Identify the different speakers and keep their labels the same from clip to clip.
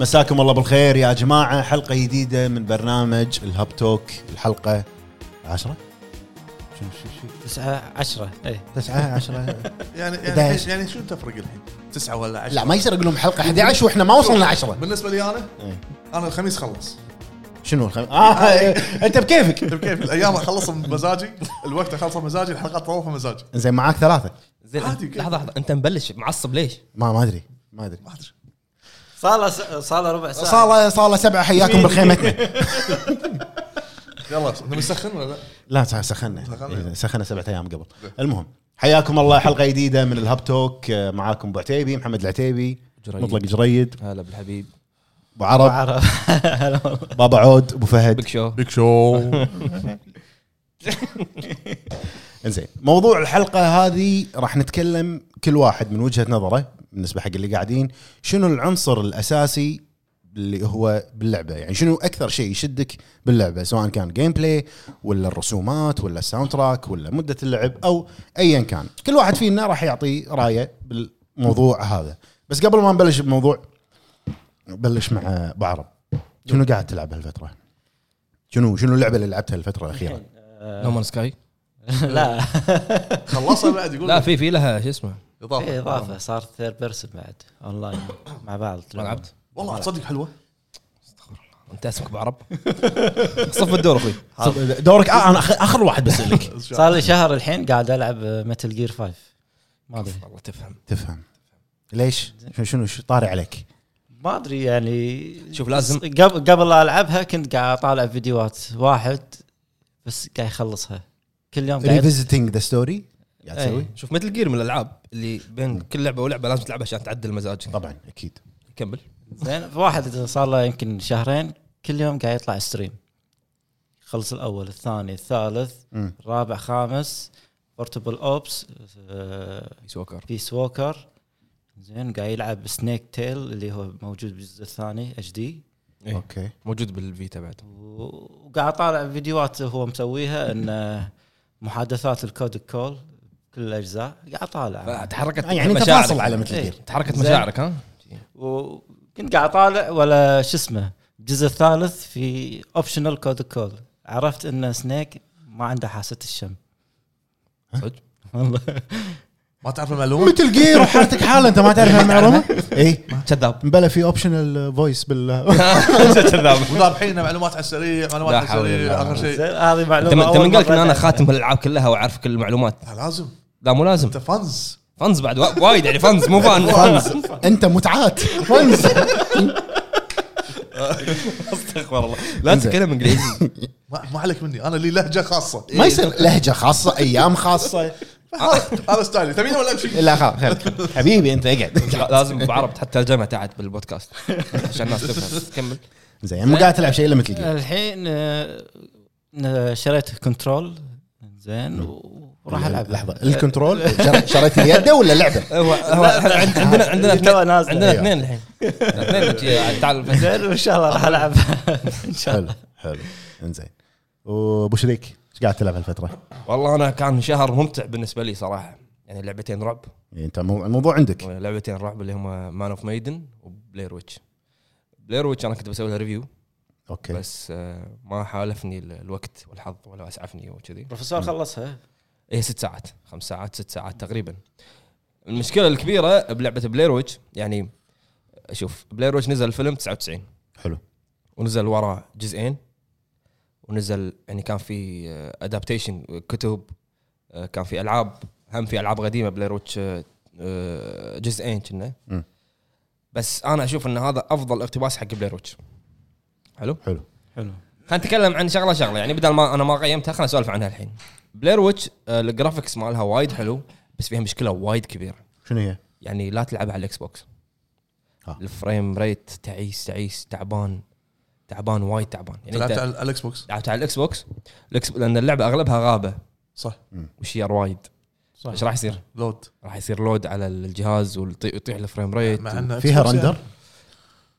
Speaker 1: مساكم الله بالخير يا جماعة حلقة جديدة من برنامج الهاب توك الحلقة عشرة شو شو شو
Speaker 2: تسعة عشرة ايه
Speaker 1: تسعة عشرة
Speaker 3: يعني يعني,
Speaker 1: 11.
Speaker 3: يعني شو تفرق الحين؟ تسعه ولا 10
Speaker 1: لا ما يصير اقول لهم حلقة 11 واحنا ما وصلنا 10
Speaker 3: بالنسبه لي انا
Speaker 1: إيه.
Speaker 3: انا الخميس خلص
Speaker 1: شنو الخم... آه إيه، انت بكيفك
Speaker 3: طيب كيف الايام اخلص بمزاجي الوقت اخلصه بمزاجي الحلقات طوفه مزاجي
Speaker 1: زين معاك ثلاثة
Speaker 2: زين
Speaker 3: عادي،
Speaker 2: لحظه لحظه انت مبلش معصب ليش؟
Speaker 1: ما ما ادري ما ادري
Speaker 3: ما ادري
Speaker 4: صار له س- صار له ربع ساعه
Speaker 1: صالة صالة سبعة حياكم بالخيمتنا
Speaker 3: يلا انت مسخن ولا لا؟
Speaker 1: لا س- سخنا
Speaker 3: سخنا.
Speaker 1: إيه، سخنا سبعة ايام قبل المهم حياكم الله حلقة جديدة من الهاب توك آه، معاكم ابو عتيبي محمد العتيبي
Speaker 2: جريد.
Speaker 1: مطلق جريد
Speaker 2: هلا بالحبيب
Speaker 1: ابو عرب
Speaker 2: عرب هلا والله.
Speaker 1: بابا عود ابو فهد
Speaker 2: بيك شو
Speaker 3: بيك شو
Speaker 1: انزين موضوع الحلقه هذه راح نتكلم كل واحد من وجهه نظره بالنسبه حق اللي قاعدين شنو العنصر الاساسي اللي هو باللعبه يعني شنو اكثر شيء يشدك باللعبه سواء كان جيم بلاي ولا الرسومات ولا الساوند تراك ولا مده اللعب او ايا كان كل واحد فينا راح يعطي رايه بالموضوع هذا بس قبل ما نبلش بموضوع بلش مع ابو عرب شنو قاعد تلعب هالفتره شنو شنو اللعبه اللي لعبتها الفتره الاخيره
Speaker 2: نو مان سكاي
Speaker 4: لا
Speaker 3: خلصها بعد يقول
Speaker 2: لا إيه. في في لها شو اسمه
Speaker 4: في
Speaker 3: اضافه
Speaker 4: اضافه صار ثيرد بيرسون بعد اونلاين مع بعض
Speaker 2: ما لعبت
Speaker 3: والله تصدق حلوه
Speaker 2: انت اسمك بعرب صف الدور اخوي
Speaker 1: دورك آه انا آخر- اخر واحد بسالك
Speaker 4: صار لي شهر الحين قاعد العب متل جير 5 ما ادري
Speaker 2: والله تفهم
Speaker 1: تفهم ليش؟ شنو شنو شو طاري عليك؟
Speaker 4: ما ادري يعني
Speaker 2: شوف لازم
Speaker 4: قبل قبل لا العبها كنت قاعد اطالع فيديوهات واحد بس قاعد يخلصها كل يوم قاعد
Speaker 1: ريفيزيتنج ذا ستوري قاعد تسوي؟
Speaker 2: شوف مثل جير من الالعاب اللي بين كل لعبه ولعبه لازم تلعبها عشان تعدل مزاجك
Speaker 1: طبعا اكيد
Speaker 2: كمل
Speaker 4: زين في واحد صار له يمكن شهرين كل يوم قاعد يطلع ستريم خلص الاول الثاني الثالث
Speaker 1: مم.
Speaker 4: الرابع خامس بورتبل اوبس
Speaker 2: سوكر
Speaker 4: بيس ووكر زين قاعد يلعب سنيك تيل اللي هو موجود بالجزء الثاني اتش دي
Speaker 1: اوكي
Speaker 2: موجود بالفيتا بعد
Speaker 4: وقاعد طالع فيديوهات هو مسويها ان محادثات الكود كول كل الاجزاء قاعد طالع
Speaker 2: آه، تحركت
Speaker 1: يعني انت
Speaker 2: طيب، مشاعرك.
Speaker 1: فاصل على مثل
Speaker 4: إيه.
Speaker 1: جير
Speaker 2: تحركت
Speaker 4: زين.
Speaker 2: مشاعرك ها
Speaker 4: وكنت قاعد طالع ولا شو اسمه الجزء الثالث في اوبشنال كود كول عرفت ان سنيك ما عنده حاسه الشم
Speaker 2: صدق
Speaker 4: والله
Speaker 3: ما تعرف المعلومه
Speaker 1: مثل جير وحالتك حاله انت ما تعرف هالمعلومه؟ اي
Speaker 2: كذاب
Speaker 1: بلا في اوبشنال فويس بال
Speaker 2: كذاب
Speaker 3: وذابحين معلومات على السريع معلومات
Speaker 2: لا
Speaker 3: على
Speaker 2: حول
Speaker 3: السريع
Speaker 2: الله.
Speaker 3: اخر
Speaker 4: زين
Speaker 3: شيء
Speaker 4: هذه
Speaker 2: انت
Speaker 4: معلومه
Speaker 2: من- انت
Speaker 4: أول
Speaker 2: من قالك ان
Speaker 4: مرة
Speaker 2: انا
Speaker 4: أدري.
Speaker 2: خاتم الالعاب كلها واعرف كل المعلومات
Speaker 3: لا، لازم
Speaker 2: لا مو لازم
Speaker 3: انت فانز
Speaker 2: فانز بعد وا- وايد يعني فانز مو فان
Speaker 1: فانز انت متعات فانز
Speaker 2: استغفر الله لا تتكلم انجليزي
Speaker 3: ما ما عليك مني انا لي لهجه خاصه
Speaker 1: ما يصير لهجه خاصه ايام خاصه
Speaker 3: هذا هذا ستايلي تبيني ولا امشي؟
Speaker 2: يعني
Speaker 1: لا خلاص خلاص. حبيبي انت اقعد
Speaker 2: لازم بعرب تحط ترجمه تحت بالبودكاست عشان الناس تفهم كمل
Speaker 1: زين يعني مو قاعد تلعب شيء الا مثل جير
Speaker 4: الحين آه، آه، شريت كنترول زين وراح العب
Speaker 1: لحظه الكنترول جر- شريت اليد ولا لعبه؟
Speaker 2: هو هو عندنا عندنا
Speaker 4: تو
Speaker 2: اثنين-
Speaker 4: نازل.
Speaker 2: عندنا
Speaker 1: أيوه.
Speaker 2: اثنين الحين اثنين جي- تعال
Speaker 4: زين وان شاء الله راح العب ان شاء
Speaker 1: حلو
Speaker 4: الله
Speaker 1: حلو انزين وابو شريك ايش قاعد تلعب هالفتره؟
Speaker 2: والله انا كان شهر ممتع بالنسبه لي صراحه يعني لعبتين رعب
Speaker 1: يعني انت مو- الموضوع عندك
Speaker 2: لعبتين رعب اللي هما مان اوف مايدن وبلاير ويتش بلاير ويتش انا كنت بسوي لها ريفيو
Speaker 1: اوكي
Speaker 2: بس آه، ما حالفني ال- الوقت والحظ ولا اسعفني وكذي
Speaker 4: بروفيسور خلصها
Speaker 2: هي إيه، ست ساعات خمس ساعات ست ساعات تقريبا المشكله الكبيره بلعبه بلاير ويتش يعني شوف بلاير ويتش نزل الفيلم 99
Speaker 1: حلو
Speaker 2: ونزل وراه جزئين ونزل يعني كان في ادابتيشن كتب آه، كان في العاب هم في العاب قديمه بلاير ويتش آه، آه، جزئين كنا
Speaker 1: مم.
Speaker 2: بس انا اشوف ان هذا افضل اقتباس حق بلاير ويتش حلو
Speaker 1: حلو
Speaker 4: حلو
Speaker 2: خلينا نتكلم عن شغله شغله يعني بدل ما انا ما قيمتها خلينا نسولف عنها الحين بلاير ويتش آه، الجرافكس مالها وايد حلو بس فيها مشكله وايد كبيره
Speaker 1: شنو هي؟
Speaker 2: يعني لا تلعبها على الاكس بوكس
Speaker 3: آه.
Speaker 1: ها.
Speaker 2: الفريم ريت تعيس تعيس تعبان تعبان وايد تعبان يعني
Speaker 3: لعبت
Speaker 2: انت
Speaker 3: على على الاكس بوكس
Speaker 2: لعبت على الاكس بوكس الإكس- لان اللعبه اغلبها غابه
Speaker 3: صح
Speaker 2: وشير وايد ايش راح يصير؟
Speaker 3: لود
Speaker 2: راح يصير لود على الجهاز ويطيح يطيح الفريم ريت
Speaker 3: مع انه
Speaker 1: فيها
Speaker 3: Xbox يعني.
Speaker 1: رندر؟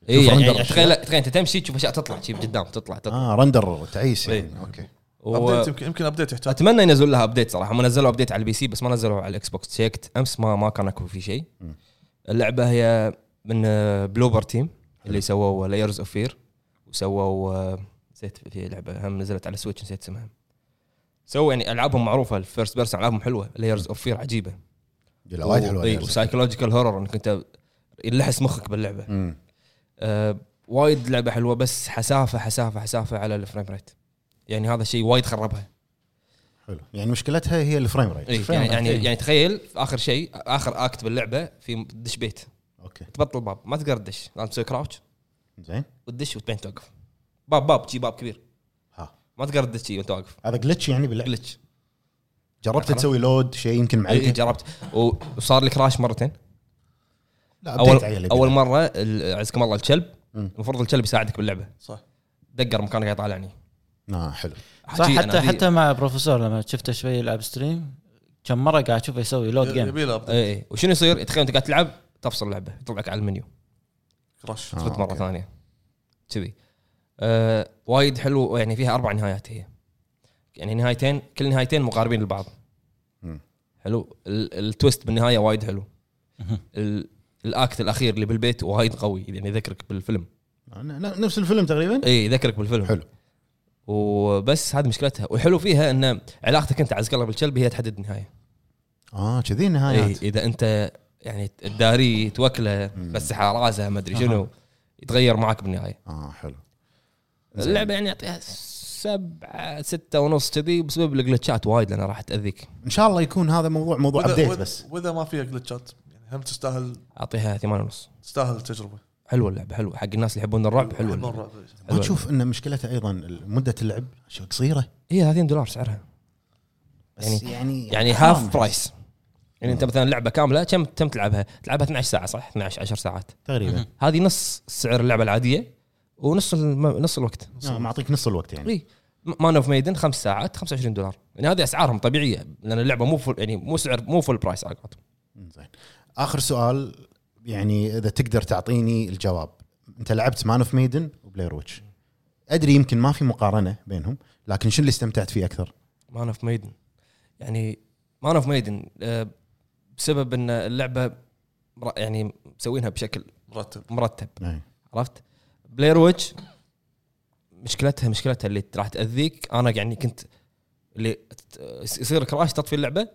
Speaker 2: اي
Speaker 1: تشوف
Speaker 2: يعني,
Speaker 1: رندر
Speaker 2: يعني تخيل تخيل انت تمشي تشوف اشياء تطلع شي قدام تطلع
Speaker 3: آه.
Speaker 2: تطلع
Speaker 1: اه رندر تعيس
Speaker 2: إيه.
Speaker 1: يعني اوكي
Speaker 3: ابديت
Speaker 2: و...
Speaker 3: يمكن يمكن ابديت يحتاج
Speaker 2: اتمنى ينزلون لها ابديت صراحه هم نزلوا ابديت على البي سي بس ما نزلوا على الاكس بوكس شيكت امس ما ما كان اكو في شيء
Speaker 1: مم.
Speaker 2: اللعبه هي من آه، بلوبر تيم اللي سووا لايرز اوف فير وسووا آه، نسيت في لعبه هم نزلت على سويتش نسيت اسمها سووا يعني العابهم معروفه الفيرست بيرسون العابهم حلوه لايرز اوف فير عجيبه
Speaker 1: لا وايد
Speaker 2: إيه،
Speaker 1: حلوه
Speaker 2: وسايكولوجيكال هورر انك انت يلحس مخك باللعبه
Speaker 1: مم.
Speaker 2: آه، وايد لعبه حلوه بس حسافه حسافه حسافه على الفريم ريت يعني هذا شيء وايد خربها
Speaker 1: حلو يعني مشكلتها هي الفريم ريت
Speaker 2: إيه،
Speaker 1: الفريم
Speaker 2: يعني
Speaker 1: ريت.
Speaker 2: يعني, يعني تخيل في اخر شيء اخر اكت باللعبه في دش بيت
Speaker 1: اوكي
Speaker 2: تبطل باب ما تقدر تدش لازم تسوي كراوتش
Speaker 1: زين
Speaker 2: وتدش وتبين توقف باب باب شي باب كبير
Speaker 1: ها
Speaker 2: ما تقدر تدش شي وانت واقف
Speaker 1: هذا جلتش يعني باللعبه
Speaker 2: جلتش
Speaker 1: جربت تسوي لود شيء يمكن
Speaker 2: اي
Speaker 1: معلقه
Speaker 2: إيه، جربت و- وصار لي كراش مرتين
Speaker 1: لا
Speaker 2: اول
Speaker 1: update عيالي
Speaker 2: اول
Speaker 1: بيها.
Speaker 2: مره ال- عزكم الله الكلب
Speaker 1: مم.
Speaker 2: المفروض الكلب يساعدك باللعبه
Speaker 3: صح
Speaker 2: دقر مكانه قاعد يطالعني
Speaker 1: اه حلو
Speaker 4: صح
Speaker 2: حكي
Speaker 4: حتى
Speaker 2: أنا ذي-
Speaker 4: حتى مع بروفيسور لما شفته شوي يلعب ستريم كم مره قاعد اشوفه يسوي لود جيم
Speaker 3: يبي له update.
Speaker 2: اي اي إيه، وشنو يصير تخيل انت قاعد تلعب تفصل اللعبه يطلعك على المنيو
Speaker 3: كراش
Speaker 1: آه،
Speaker 2: تفوت مره
Speaker 1: أوكي.
Speaker 2: ثانيه كذي أه وايد حلو يعني فيها اربع نهايات هي يعني نهايتين كل نهايتين مقاربين لبعض
Speaker 1: مم.
Speaker 2: حلو ال- التويست بالنهايه وايد حلو
Speaker 4: مهم.
Speaker 2: ال- الاكت الاخير اللي بالبيت وايد قوي يعني يذكرك بالفيلم
Speaker 1: ن- ن- نفس الفيلم تقريبا
Speaker 2: اي يذكرك بالفيلم
Speaker 1: حلو.
Speaker 2: وبس هذه مشكلتها والحلو فيها ان علاقتك انت عزك الله بالكلب هي تحدد النهايه إيه.
Speaker 1: اه كذي
Speaker 2: اي
Speaker 1: النهايات
Speaker 2: اذا انت يعني تداريه توكله بس حرازه ما ادري شنو يتغير معك بالنهايه
Speaker 1: اه حلو زين.
Speaker 2: اللعبه يعني اعطيها سبعه سته ونص كذي بسبب الجلتشات وايد لانها راح تاذيك
Speaker 1: ان شاء الله يكون هذا موضوع موضوع
Speaker 3: وإذا-
Speaker 1: ابديت
Speaker 3: وإذا-
Speaker 1: بس
Speaker 3: واذا ما فيها جلتشات يعني هم تستاهل
Speaker 2: اعطيها ثمانية ونص
Speaker 3: تستاهل يعني التجربه
Speaker 2: حلوه اللعبه حلوه حق الناس اللي يحبون الرعب حلوه
Speaker 3: أحب
Speaker 2: اللعبة.
Speaker 3: الرعب.
Speaker 1: ما تشوف ان مشكلته ايضا مده اللعب شو قصيره
Speaker 2: هي 30 إيه، دولار سعرها
Speaker 1: بس يعني
Speaker 2: يعني
Speaker 1: حرام.
Speaker 2: هاف برايس يعني انت مثلا لعبه كامله كم كم تلعبها؟ تلعبها 12 ساعه صح؟ 12 10 ساعات
Speaker 1: تقريبا
Speaker 2: هذه نص سعر اللعبه العاديه ونص الم... نص الوقت إيه.
Speaker 1: آه، معطيك نص الوقت يعني
Speaker 2: اي مان اوف ميدن خمس ساعات 25 دولار يعني هذه اسعارهم طبيعيه لان اللعبه مو فل يعني مو سعر مو فل برايس على قولتهم
Speaker 1: زين اخر سؤال يعني اذا تقدر تعطيني الجواب انت لعبت مان اوف ميدن وبلاي روتش ادري يمكن ما في مقارنه بينهم لكن شنو اللي استمتعت فيه اكثر؟
Speaker 2: مان اوف ميدن يعني مان اوف ميدن آه، بسبب ان اللعبه مر- يعني مسوينها بشكل
Speaker 3: مرتب
Speaker 2: مرتب
Speaker 1: أي.
Speaker 2: عرفت بلاير ويتش مشكلتها مشكلتها اللي راح تاذيك انا يعني كنت اللي ت- يصير كراش تطفي اللعبه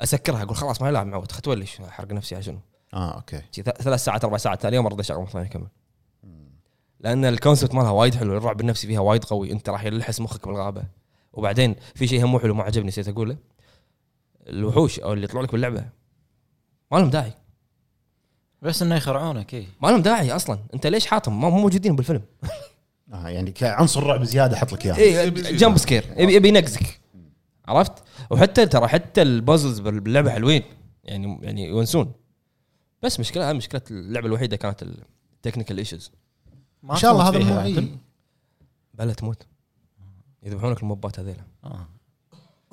Speaker 2: اسكرها اقول خلاص ما يلعب معود خلت وليش احرق نفسي على شنو
Speaker 1: اه اوكي
Speaker 2: شي ث- ثلاث ساعات اربع ساعات ثاني يوم ارد اشغل مره ثانيه اكمل لان الكونسبت مالها وايد حلو الرعب النفسي فيها وايد قوي انت راح يلحس مخك بالغابه وبعدين في شيء هم مو حلو ما عجبني نسيت اقوله الوحوش او اللي يطلعوا لك باللعبه ما لهم داعي
Speaker 4: بس انه يخرعونك اي
Speaker 2: ما لهم داعي اصلا انت ليش حاطهم ما مو موجودين بالفيلم
Speaker 1: آه يعني كعنصر رعب زياده احط لك اياه
Speaker 2: اي جمب سكير يبي يبي ينقزك عرفت وحتى ترى حتى البازلز باللعبه حلوين يعني يعني يونسون بس مشكله هاي مشكله اللعبه الوحيده كانت التكنيكال ايشوز
Speaker 1: ان شاء الله هذا مو إي.
Speaker 2: بلا تموت يذبحونك الموبات هذيلا
Speaker 4: آه.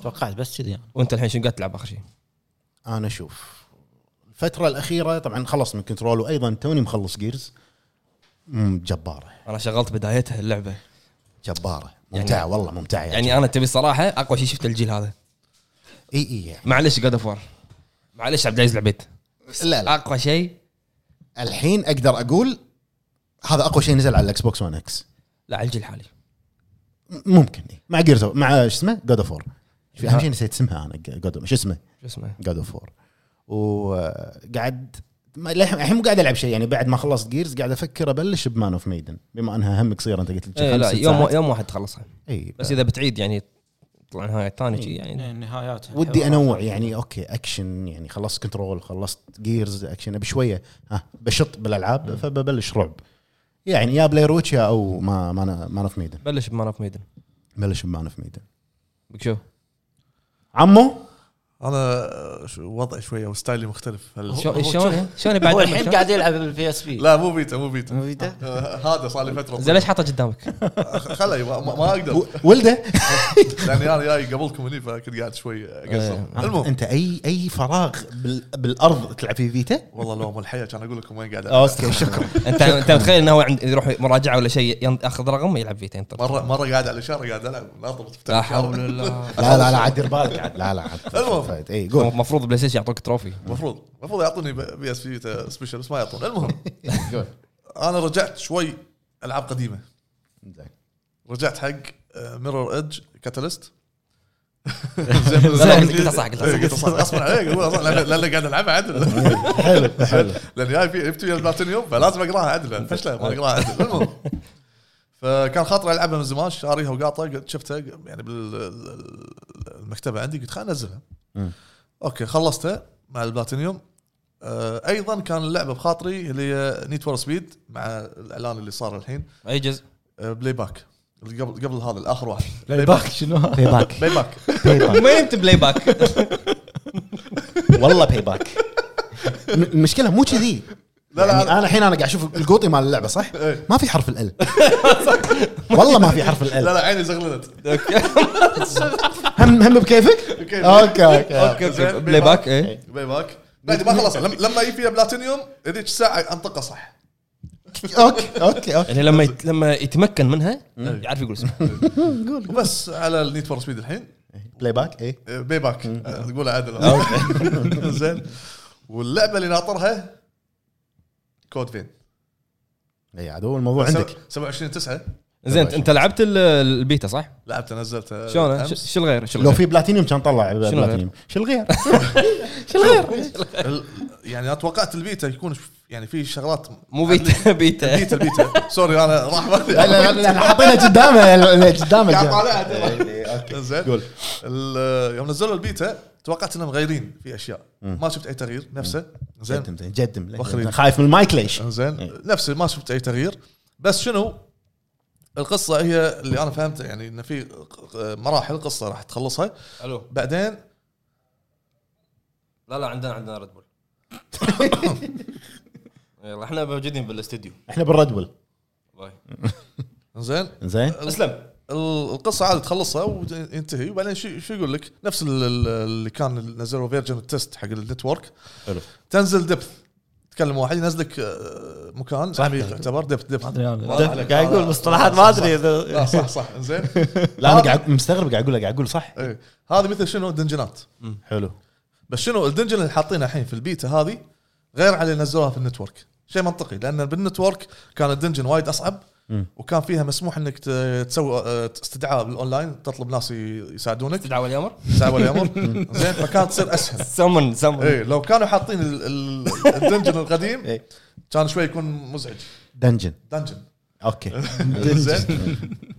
Speaker 4: توقعت بس كذي يعني.
Speaker 2: وانت الحين شنو قاعد تلعب اخر شيء
Speaker 1: انا اشوف الفتره الاخيره طبعا خلص من كنترول وايضا توني مخلص جيرز مم، جباره
Speaker 2: انا شغلت بدايتها اللعبه
Speaker 1: جباره ممتعه
Speaker 2: يعني-
Speaker 1: والله ممتعه
Speaker 2: يعني انا تبي الصراحه اقوى شيء شفت الجيل هذا
Speaker 1: اي اي يعني.
Speaker 2: معلش جاد اوف وار معلش عبد العزيز العبيد
Speaker 1: لا لا
Speaker 2: اقوى شيء
Speaker 1: الحين اقدر اقول هذا اقوى شيء نزل على الاكس بوكس 1 اكس
Speaker 2: لا على الجيل الحالي
Speaker 1: ممكن إيه. مع جيرز مع شو اسمه جود اوف 4 اهم شيء نسيت اسمها انا God of- شو اسمه
Speaker 2: شو اسمه
Speaker 1: جاد اوف 4 وقعد آه، ما- للحين- الحين مو قاعد العب شيء يعني بعد ما خلصت جيرز قاعد افكر ابلش بمان اوف ميدن بما انها هم قصيره انت قلت لي
Speaker 2: إيه
Speaker 1: خمس
Speaker 2: لا
Speaker 1: ست
Speaker 2: يوم
Speaker 1: ساعات. إيه،
Speaker 2: يوم واحد تخلصها
Speaker 1: اي
Speaker 2: بس اذا بتعيد يعني طلع نهايه ثاني شي
Speaker 4: إيه.
Speaker 2: يعني
Speaker 4: النهايات
Speaker 1: ودي انوع يعني اوكي اكشن يعني خلصت كنترول خلصت جيرز اكشن ابي شويه ها بشط بالالعاب فببلش رعب يعني يا بلاي روتش يا او ما ما أنا- ما أنا في ميدن
Speaker 2: بلش بمان اوف ميدن
Speaker 1: بلش بمان في ميدن
Speaker 2: بيك شو
Speaker 1: عمو
Speaker 3: انا آه، شو- وضعي شويه وستايلي مختلف هل-
Speaker 2: شو-
Speaker 3: هو-
Speaker 2: شلون شلون بعد
Speaker 4: هو الحين قاعد يلعب بالبي اس بي
Speaker 3: لا مو بيتا مو بيتا
Speaker 4: بيتا؟
Speaker 3: آه، هذا صار لي فتره
Speaker 2: زين ليش حاطه قدامك؟
Speaker 3: خلي ما, ما- ما اقدر
Speaker 1: ولده
Speaker 3: لاني انا جاي قبلكم هني فكنت قاعد شوي اقصر
Speaker 2: إيه.
Speaker 3: المهم
Speaker 1: انت اي اي فراغ بال- بالارض تلعب فيه فيتا
Speaker 3: والله لو ام الحياه كان اقول لكم وين قاعد ألعب.
Speaker 1: اوكي شكرا
Speaker 2: انت انت متخيل انه هو عند يروح مراجعه ولا شيء ين- ياخذ رقم يلعب فيه ينطر
Speaker 3: مره مره قاعد على شارع قاعد العب ناطر تفتح
Speaker 2: لا
Speaker 3: الشارع.
Speaker 2: حول الله
Speaker 1: لا لا لا عاد دير بالك عاد لا لا عاد
Speaker 3: المهم.
Speaker 1: فايت. اي قول
Speaker 2: المفروض بلاي ستيشن يعطوك تروفي
Speaker 3: المفروض المفروض يعطوني بي اس بي سبيشل بس ما يعطون المهم
Speaker 1: إيه، قول
Speaker 3: انا رجعت شوي العاب قديمه
Speaker 1: زين
Speaker 3: رجعت حق آه، ميرور ايدج كاتاليست
Speaker 2: لا، قلتها صح، قلتها صح.
Speaker 3: قلتها صح غصبا عليك قولها صح لان لأن قاعد العبها عدل
Speaker 1: حلو حلو
Speaker 3: لان جاي في جبت ويا البلاتينيوم فلازم اقراها عدل فشله ما اقراها عدل المهم فكان خاطري العبها من زمان شاريها وقاطه قلت- شفتها يعني بالمكتبه عندي قلت خليني انزلها
Speaker 1: مم.
Speaker 3: اوكي خلصتها مع البلاتينيوم آه، ايضا كان اللعبه بخاطري اللي هي نيت فور سبيد مع الاعلان اللي صار الحين
Speaker 2: اي جزء
Speaker 3: آه، بلاي باك اللي قبل قبل هذا الاخر واحد
Speaker 4: بلاي باك شنو؟
Speaker 5: باي باك
Speaker 3: بلاي باك
Speaker 5: باي باك
Speaker 2: ما يمت بلاي باك
Speaker 5: والله باي باك
Speaker 1: الم- المشكله مو كذي
Speaker 3: لا،
Speaker 1: يعني
Speaker 3: لا.
Speaker 1: انا الحين انا قاعد اشوف القوطي مال اللعبه صح؟
Speaker 3: إيه.
Speaker 1: ما في حرف ال والله ما في حرف
Speaker 3: لا
Speaker 1: ال
Speaker 3: لا عيني زغللت
Speaker 1: هم هم بكيفك؟
Speaker 3: بكيفك.
Speaker 1: اوكي اوكي
Speaker 2: اوكي
Speaker 3: آه، زين،
Speaker 2: اوكي بلاي باك إيه. اي
Speaker 3: بلاي باك بعد ما خلص لم- لما يجي فيها بلاتينيوم هذيك الساعه انطقها صح
Speaker 1: اوكي اوكي اوكي
Speaker 2: يعني لما يت- لما يتمكن منها يعرف يقول اسمه
Speaker 3: وبس على النيت فور سبيد الحين
Speaker 1: بلاي باك اي
Speaker 3: آه، بلاي باك آه، تقولها عدل زين واللعبه اللي ناطرها كود فين
Speaker 1: اي إيه، عدو الموضوع عندك
Speaker 3: 27 9
Speaker 2: زين انت لعبت ال- البيتا صح؟
Speaker 3: لعبت نزلتها
Speaker 2: شلون
Speaker 3: أمس.
Speaker 2: ش- شو الغير؟ شو
Speaker 1: أه، لو
Speaker 2: الغير؟
Speaker 1: في بلاتينيوم كان طلع
Speaker 2: شنو
Speaker 1: بلاتينيوم شو الغير؟
Speaker 3: ال- يعني انا توقعت البيتا يكون ش- يعني في شغلات
Speaker 2: مو بيتا بيتا
Speaker 3: البيتا البيتا سوري انا راح بالي.
Speaker 1: لا آه. لا لا لا، حطينا قدامه لا، لا، قدامه
Speaker 3: قاعد
Speaker 1: جا-
Speaker 3: طالعها ترى. زين
Speaker 1: قول.
Speaker 3: ال- يوم نزلوا البيتا توقعت انهم مغيرين في اشياء ما شفت اي تغيير نفسه زين آه.
Speaker 1: جدم زين، جدم لا،
Speaker 3: وخري.
Speaker 1: جدم. خايف من المايك ليش؟ إيه.
Speaker 3: زين نفسه ما شفت اي تغيير بس شنو القصه هي اللي انا فهمت يعني ان في ق- ق- مراحل قصه راح تخلصها
Speaker 2: الو
Speaker 3: بعدين
Speaker 2: لا لا عندنا عندنا ريد بول يلا احنا موجودين بالاستديو
Speaker 1: احنا بالردول
Speaker 2: باي
Speaker 3: زين
Speaker 1: زين
Speaker 2: اسلم
Speaker 3: ال- القصه عاد تخلصها وينتهي وبعدين شو شو يقول لك نفس ال- ال- اللي كان نزلوا فيرجن التست حق النتورك
Speaker 1: حلو.
Speaker 3: تنزل دبث تكلم واحد ينزلك آه، مكان عميق يعتبر دبث
Speaker 4: ما
Speaker 3: دبث
Speaker 4: ادري انا
Speaker 3: واضح عليك. آه.
Speaker 4: قاعد يقول مصطلحات ما ادري
Speaker 3: لا
Speaker 4: اذا
Speaker 3: آه، صح صح زين
Speaker 1: لا انا قاعد مستغرب قاعد اقول قاعد اقول صح
Speaker 3: آه. إيه. هذه مثل شنو دنجنات
Speaker 1: حلو
Speaker 3: بس شنو الدنجن اللي حاطينها الحين في البيتا هذه غير على اللي نزلوها في النتورك شيء منطقي لان بالنتورك كان الدنجن وايد اصعب
Speaker 1: مم.
Speaker 3: وكان فيها مسموح انك ت- تسوي آه، استدعاء بالاونلاين تطلب ناس ي- يساعدونك
Speaker 2: تدعى ولي امر
Speaker 3: ساعه ولا يمر زين فكانت تصير اسهل
Speaker 2: سمن سمن
Speaker 3: اي لو كانوا حاطين ال- ال- الدنجن القديم
Speaker 1: إيه.
Speaker 3: كان شوي يكون مزعج
Speaker 1: دنجن
Speaker 3: دنجن
Speaker 1: اوكي
Speaker 3: زين